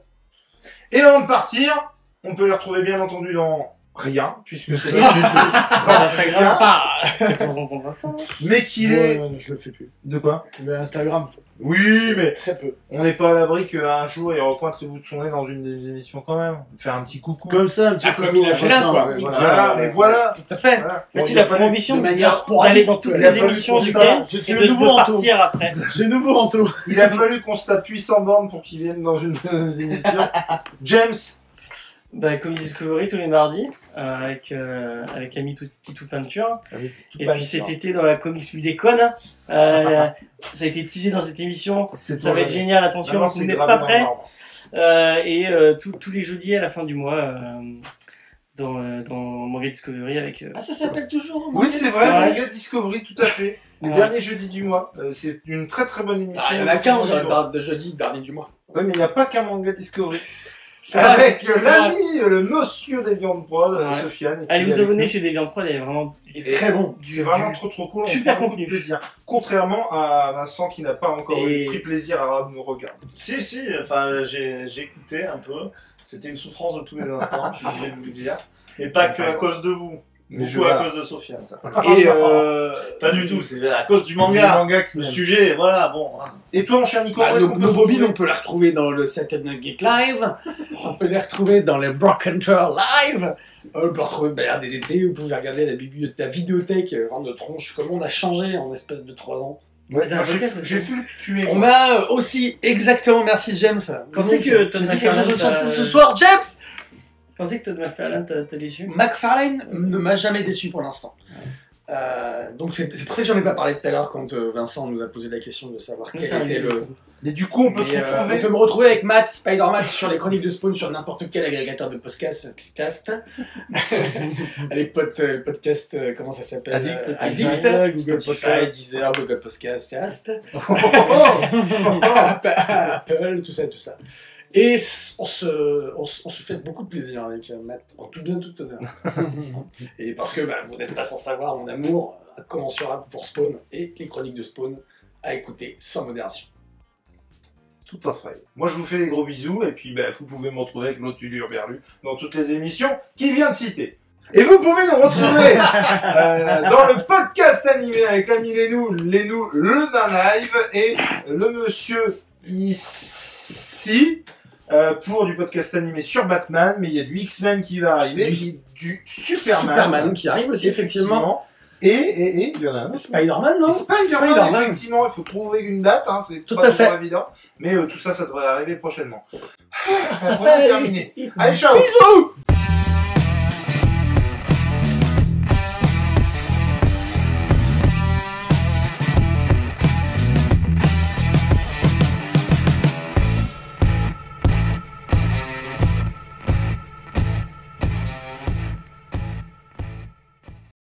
Speaker 1: Et avant de partir, on peut les retrouver bien entendu dans rien, puisque c'est notre
Speaker 4: Sur Instagram. Ah. On rencontre Vincent.
Speaker 1: Mais qu'il
Speaker 8: Ouais,
Speaker 1: est.
Speaker 8: ouais, je le fais plus.
Speaker 1: De quoi
Speaker 8: Le Instagram,
Speaker 1: Oui, mais
Speaker 8: très peu.
Speaker 1: on n'est pas à l'abri qu'un jour il repointe le bout de son nez dans une des émissions quand même. Faire un petit coucou.
Speaker 5: Comme ça, un petit
Speaker 8: Ah,
Speaker 5: peu.
Speaker 8: comme il a fait là,
Speaker 5: ça,
Speaker 8: quoi.
Speaker 5: ouais,
Speaker 1: Voilà,
Speaker 5: voilà.
Speaker 1: voilà, mais voilà.
Speaker 8: Tout à fait.
Speaker 1: voilà.
Speaker 4: En fait,
Speaker 1: Bon,
Speaker 4: il a pour
Speaker 1: fallu-
Speaker 4: ambition
Speaker 8: de
Speaker 4: de
Speaker 8: manière
Speaker 4: faire-
Speaker 8: sporadique,
Speaker 4: d'aller dans toutes
Speaker 8: il a
Speaker 4: les
Speaker 8: fallu
Speaker 4: émissions du
Speaker 1: qu'on se-
Speaker 4: game
Speaker 5: Je suis
Speaker 4: et
Speaker 5: le
Speaker 4: de
Speaker 5: nouveau
Speaker 4: devoir
Speaker 5: Anto.
Speaker 4: partir après.
Speaker 5: J'ai nouveau Anto.
Speaker 1: il a fallu qu'on se tape 800 bornes pour qu'il vienne dans une de nos
Speaker 8: *laughs*
Speaker 1: émissions. James,
Speaker 4: Bah, comme Discovery tous les mardis, euh, avec, euh, avec l'ami tout, Titou Peinture.
Speaker 8: Ah
Speaker 4: Et puis cet été dans la Comics Ludécon, euh, ça a été teasé dans cette émission.
Speaker 1: c'est
Speaker 4: Ça va être génial, attention,
Speaker 1: Non,
Speaker 4: vous
Speaker 1: c'est
Speaker 4: n'êtes
Speaker 1: gravé
Speaker 4: pas
Speaker 1: dans
Speaker 4: prêts.
Speaker 1: l'arbre.
Speaker 4: Euh, et euh, tous- tous les jeudis à la fin du mois euh, dans, euh, dans Manga Discovery avec. euh,
Speaker 8: Ah, ça s'appelle toujours
Speaker 1: Oui, c'est vrai,
Speaker 4: Ouais.
Speaker 1: Manga Discovery, tout à fait. Les
Speaker 4: Ouais.
Speaker 1: derniers jeudis du mois. Euh, c'est une très très bonne émission.
Speaker 8: Ah, il y en a qu'un, j'ai un de jeudi, dernier du mois.
Speaker 1: Ouais, mais il n'y a pas qu'un Manga
Speaker 4: *laughs*
Speaker 1: Discovery.
Speaker 8: C'est
Speaker 1: Avec euh,
Speaker 4: vrai.
Speaker 1: l'ami, le monsieur des viandes prod, euh,
Speaker 4: Ouais.
Speaker 1: Sofiane. qui
Speaker 4: ah, Allez
Speaker 1: est
Speaker 4: vous
Speaker 1: avec
Speaker 4: abonner
Speaker 1: nous.
Speaker 4: chez Deviant Prod, elle est vraiment.
Speaker 8: Il est très bon.
Speaker 1: C'est vraiment trop trop cool. on
Speaker 4: Super
Speaker 1: prend beaucoup
Speaker 4: contenu.
Speaker 1: de plaisir. Contrairement à Vincent qui n'a pas encore
Speaker 8: Et-
Speaker 1: pris plaisir à nous regarder.
Speaker 7: Si, si, enfin, j'ai j'ai écouté un peu. C'était une souffrance de tous les instants, je suis obligé de vous le dire. Et pas que à cause de vous,
Speaker 1: Mais je
Speaker 7: beaucoup à
Speaker 1: vois-
Speaker 7: cause de Sophia.
Speaker 8: Et euh,
Speaker 7: Pas du tout, c'est à cause du
Speaker 1: Le
Speaker 8: Ah.
Speaker 7: manga.
Speaker 1: manga qui
Speaker 7: Le
Speaker 1: m'aime.
Speaker 7: sujet, voilà, bon. hein.
Speaker 1: Et toi, mon cher Nico,
Speaker 8: bah,
Speaker 1: où est-ce
Speaker 8: nos,
Speaker 1: qu'on
Speaker 8: nos
Speaker 1: peut
Speaker 8: bobines,
Speaker 1: trouver
Speaker 8: on peut les retrouver dans le Saturday Geek Live. On peut les retrouver dans les Broken Tour Live. Euh, On peut retrouver bah, RDDT. Vous pouvez regarder la, bibliothèque, la vidéothèque euh, vraiment de tronche. Comment on a changé en espace de 3 ans.
Speaker 1: Ouais,
Speaker 4: T'as un
Speaker 1: j'ai-
Speaker 4: podcast aussi.
Speaker 1: J'ai vu le tuer.
Speaker 8: On a euh, aussi, exactement, merci James.
Speaker 4: Quand c'est que
Speaker 8: tu
Speaker 4: Todd
Speaker 8: dit quelque chose de
Speaker 4: McFarlane,
Speaker 8: sensé
Speaker 4: euh,
Speaker 8: ce soir, James
Speaker 4: Quand c'est que Todd McFarlane t'a t'a déçu
Speaker 8: McFarlane ne m'a jamais déçu pour l'instant. Euh, donc c'est c'est pour ça que j'en ai pas parlé tout à l'heure quand euh, Vincent nous a posé la question de savoir quel
Speaker 4: Oui, c'est un
Speaker 8: était le,
Speaker 4: livre.
Speaker 1: Mais du coup, on peut
Speaker 8: Mais,
Speaker 1: te
Speaker 8: euh,
Speaker 1: retrouver.
Speaker 8: on peut me retrouver avec Matt, Spider-Man sur les chroniques de Spawn, sur n'importe quel agrégateur de podcast. podcast.
Speaker 1: *laughs*
Speaker 8: les potes, euh, podcast, euh, comment ça s'appelle
Speaker 1: Addict,
Speaker 8: euh,
Speaker 4: Spotify,
Speaker 8: Addict,
Speaker 4: Google
Speaker 8: Spotify,
Speaker 4: Podcast.
Speaker 8: Deezer, Google Podcast,
Speaker 1: *laughs*
Speaker 8: Cast,
Speaker 1: Oh,
Speaker 8: Apple, Apple, tout ça, tout ça. Et s- on se, on, se- on se fait beaucoup de plaisir avec euh, Matt, en tout bien, tout honneur. et parce que bah, vous n'êtes pas sans savoir mon amour euh, incommensurable pour Spawn et les chroniques de Spawn à écouter sans modération.
Speaker 1: Tout à fait. Moi, je vous fais des gros bisous, et puis ben, vous pouvez me retrouver avec l'Otulu Berlu dans toutes les émissions qu'il vient de citer. Et vous pouvez nous *laughs* retrouver euh, dans le podcast animé avec l'ami Lénou, Lénou, le nain live, et le monsieur ici, euh, pour du podcast animé sur Batman, mais il y a du X-Men qui va arriver,
Speaker 8: Du-
Speaker 1: et du Superman.
Speaker 8: qui arrive aussi, effectivement.
Speaker 1: effectivement. Et, et, et, il y en a un autre.
Speaker 8: Spider-Man, non
Speaker 1: Spider-Man,
Speaker 8: Spider-Man.
Speaker 1: Hein effectivement, il faut trouver une date, hein, c'est
Speaker 8: hein. Tout
Speaker 1: pas
Speaker 8: à fait.
Speaker 1: toujours évident,
Speaker 8: *laughs*
Speaker 1: mais euh, tout ça, ça devrait arriver prochainement. On est terminé. Allez, ciao
Speaker 8: Bisous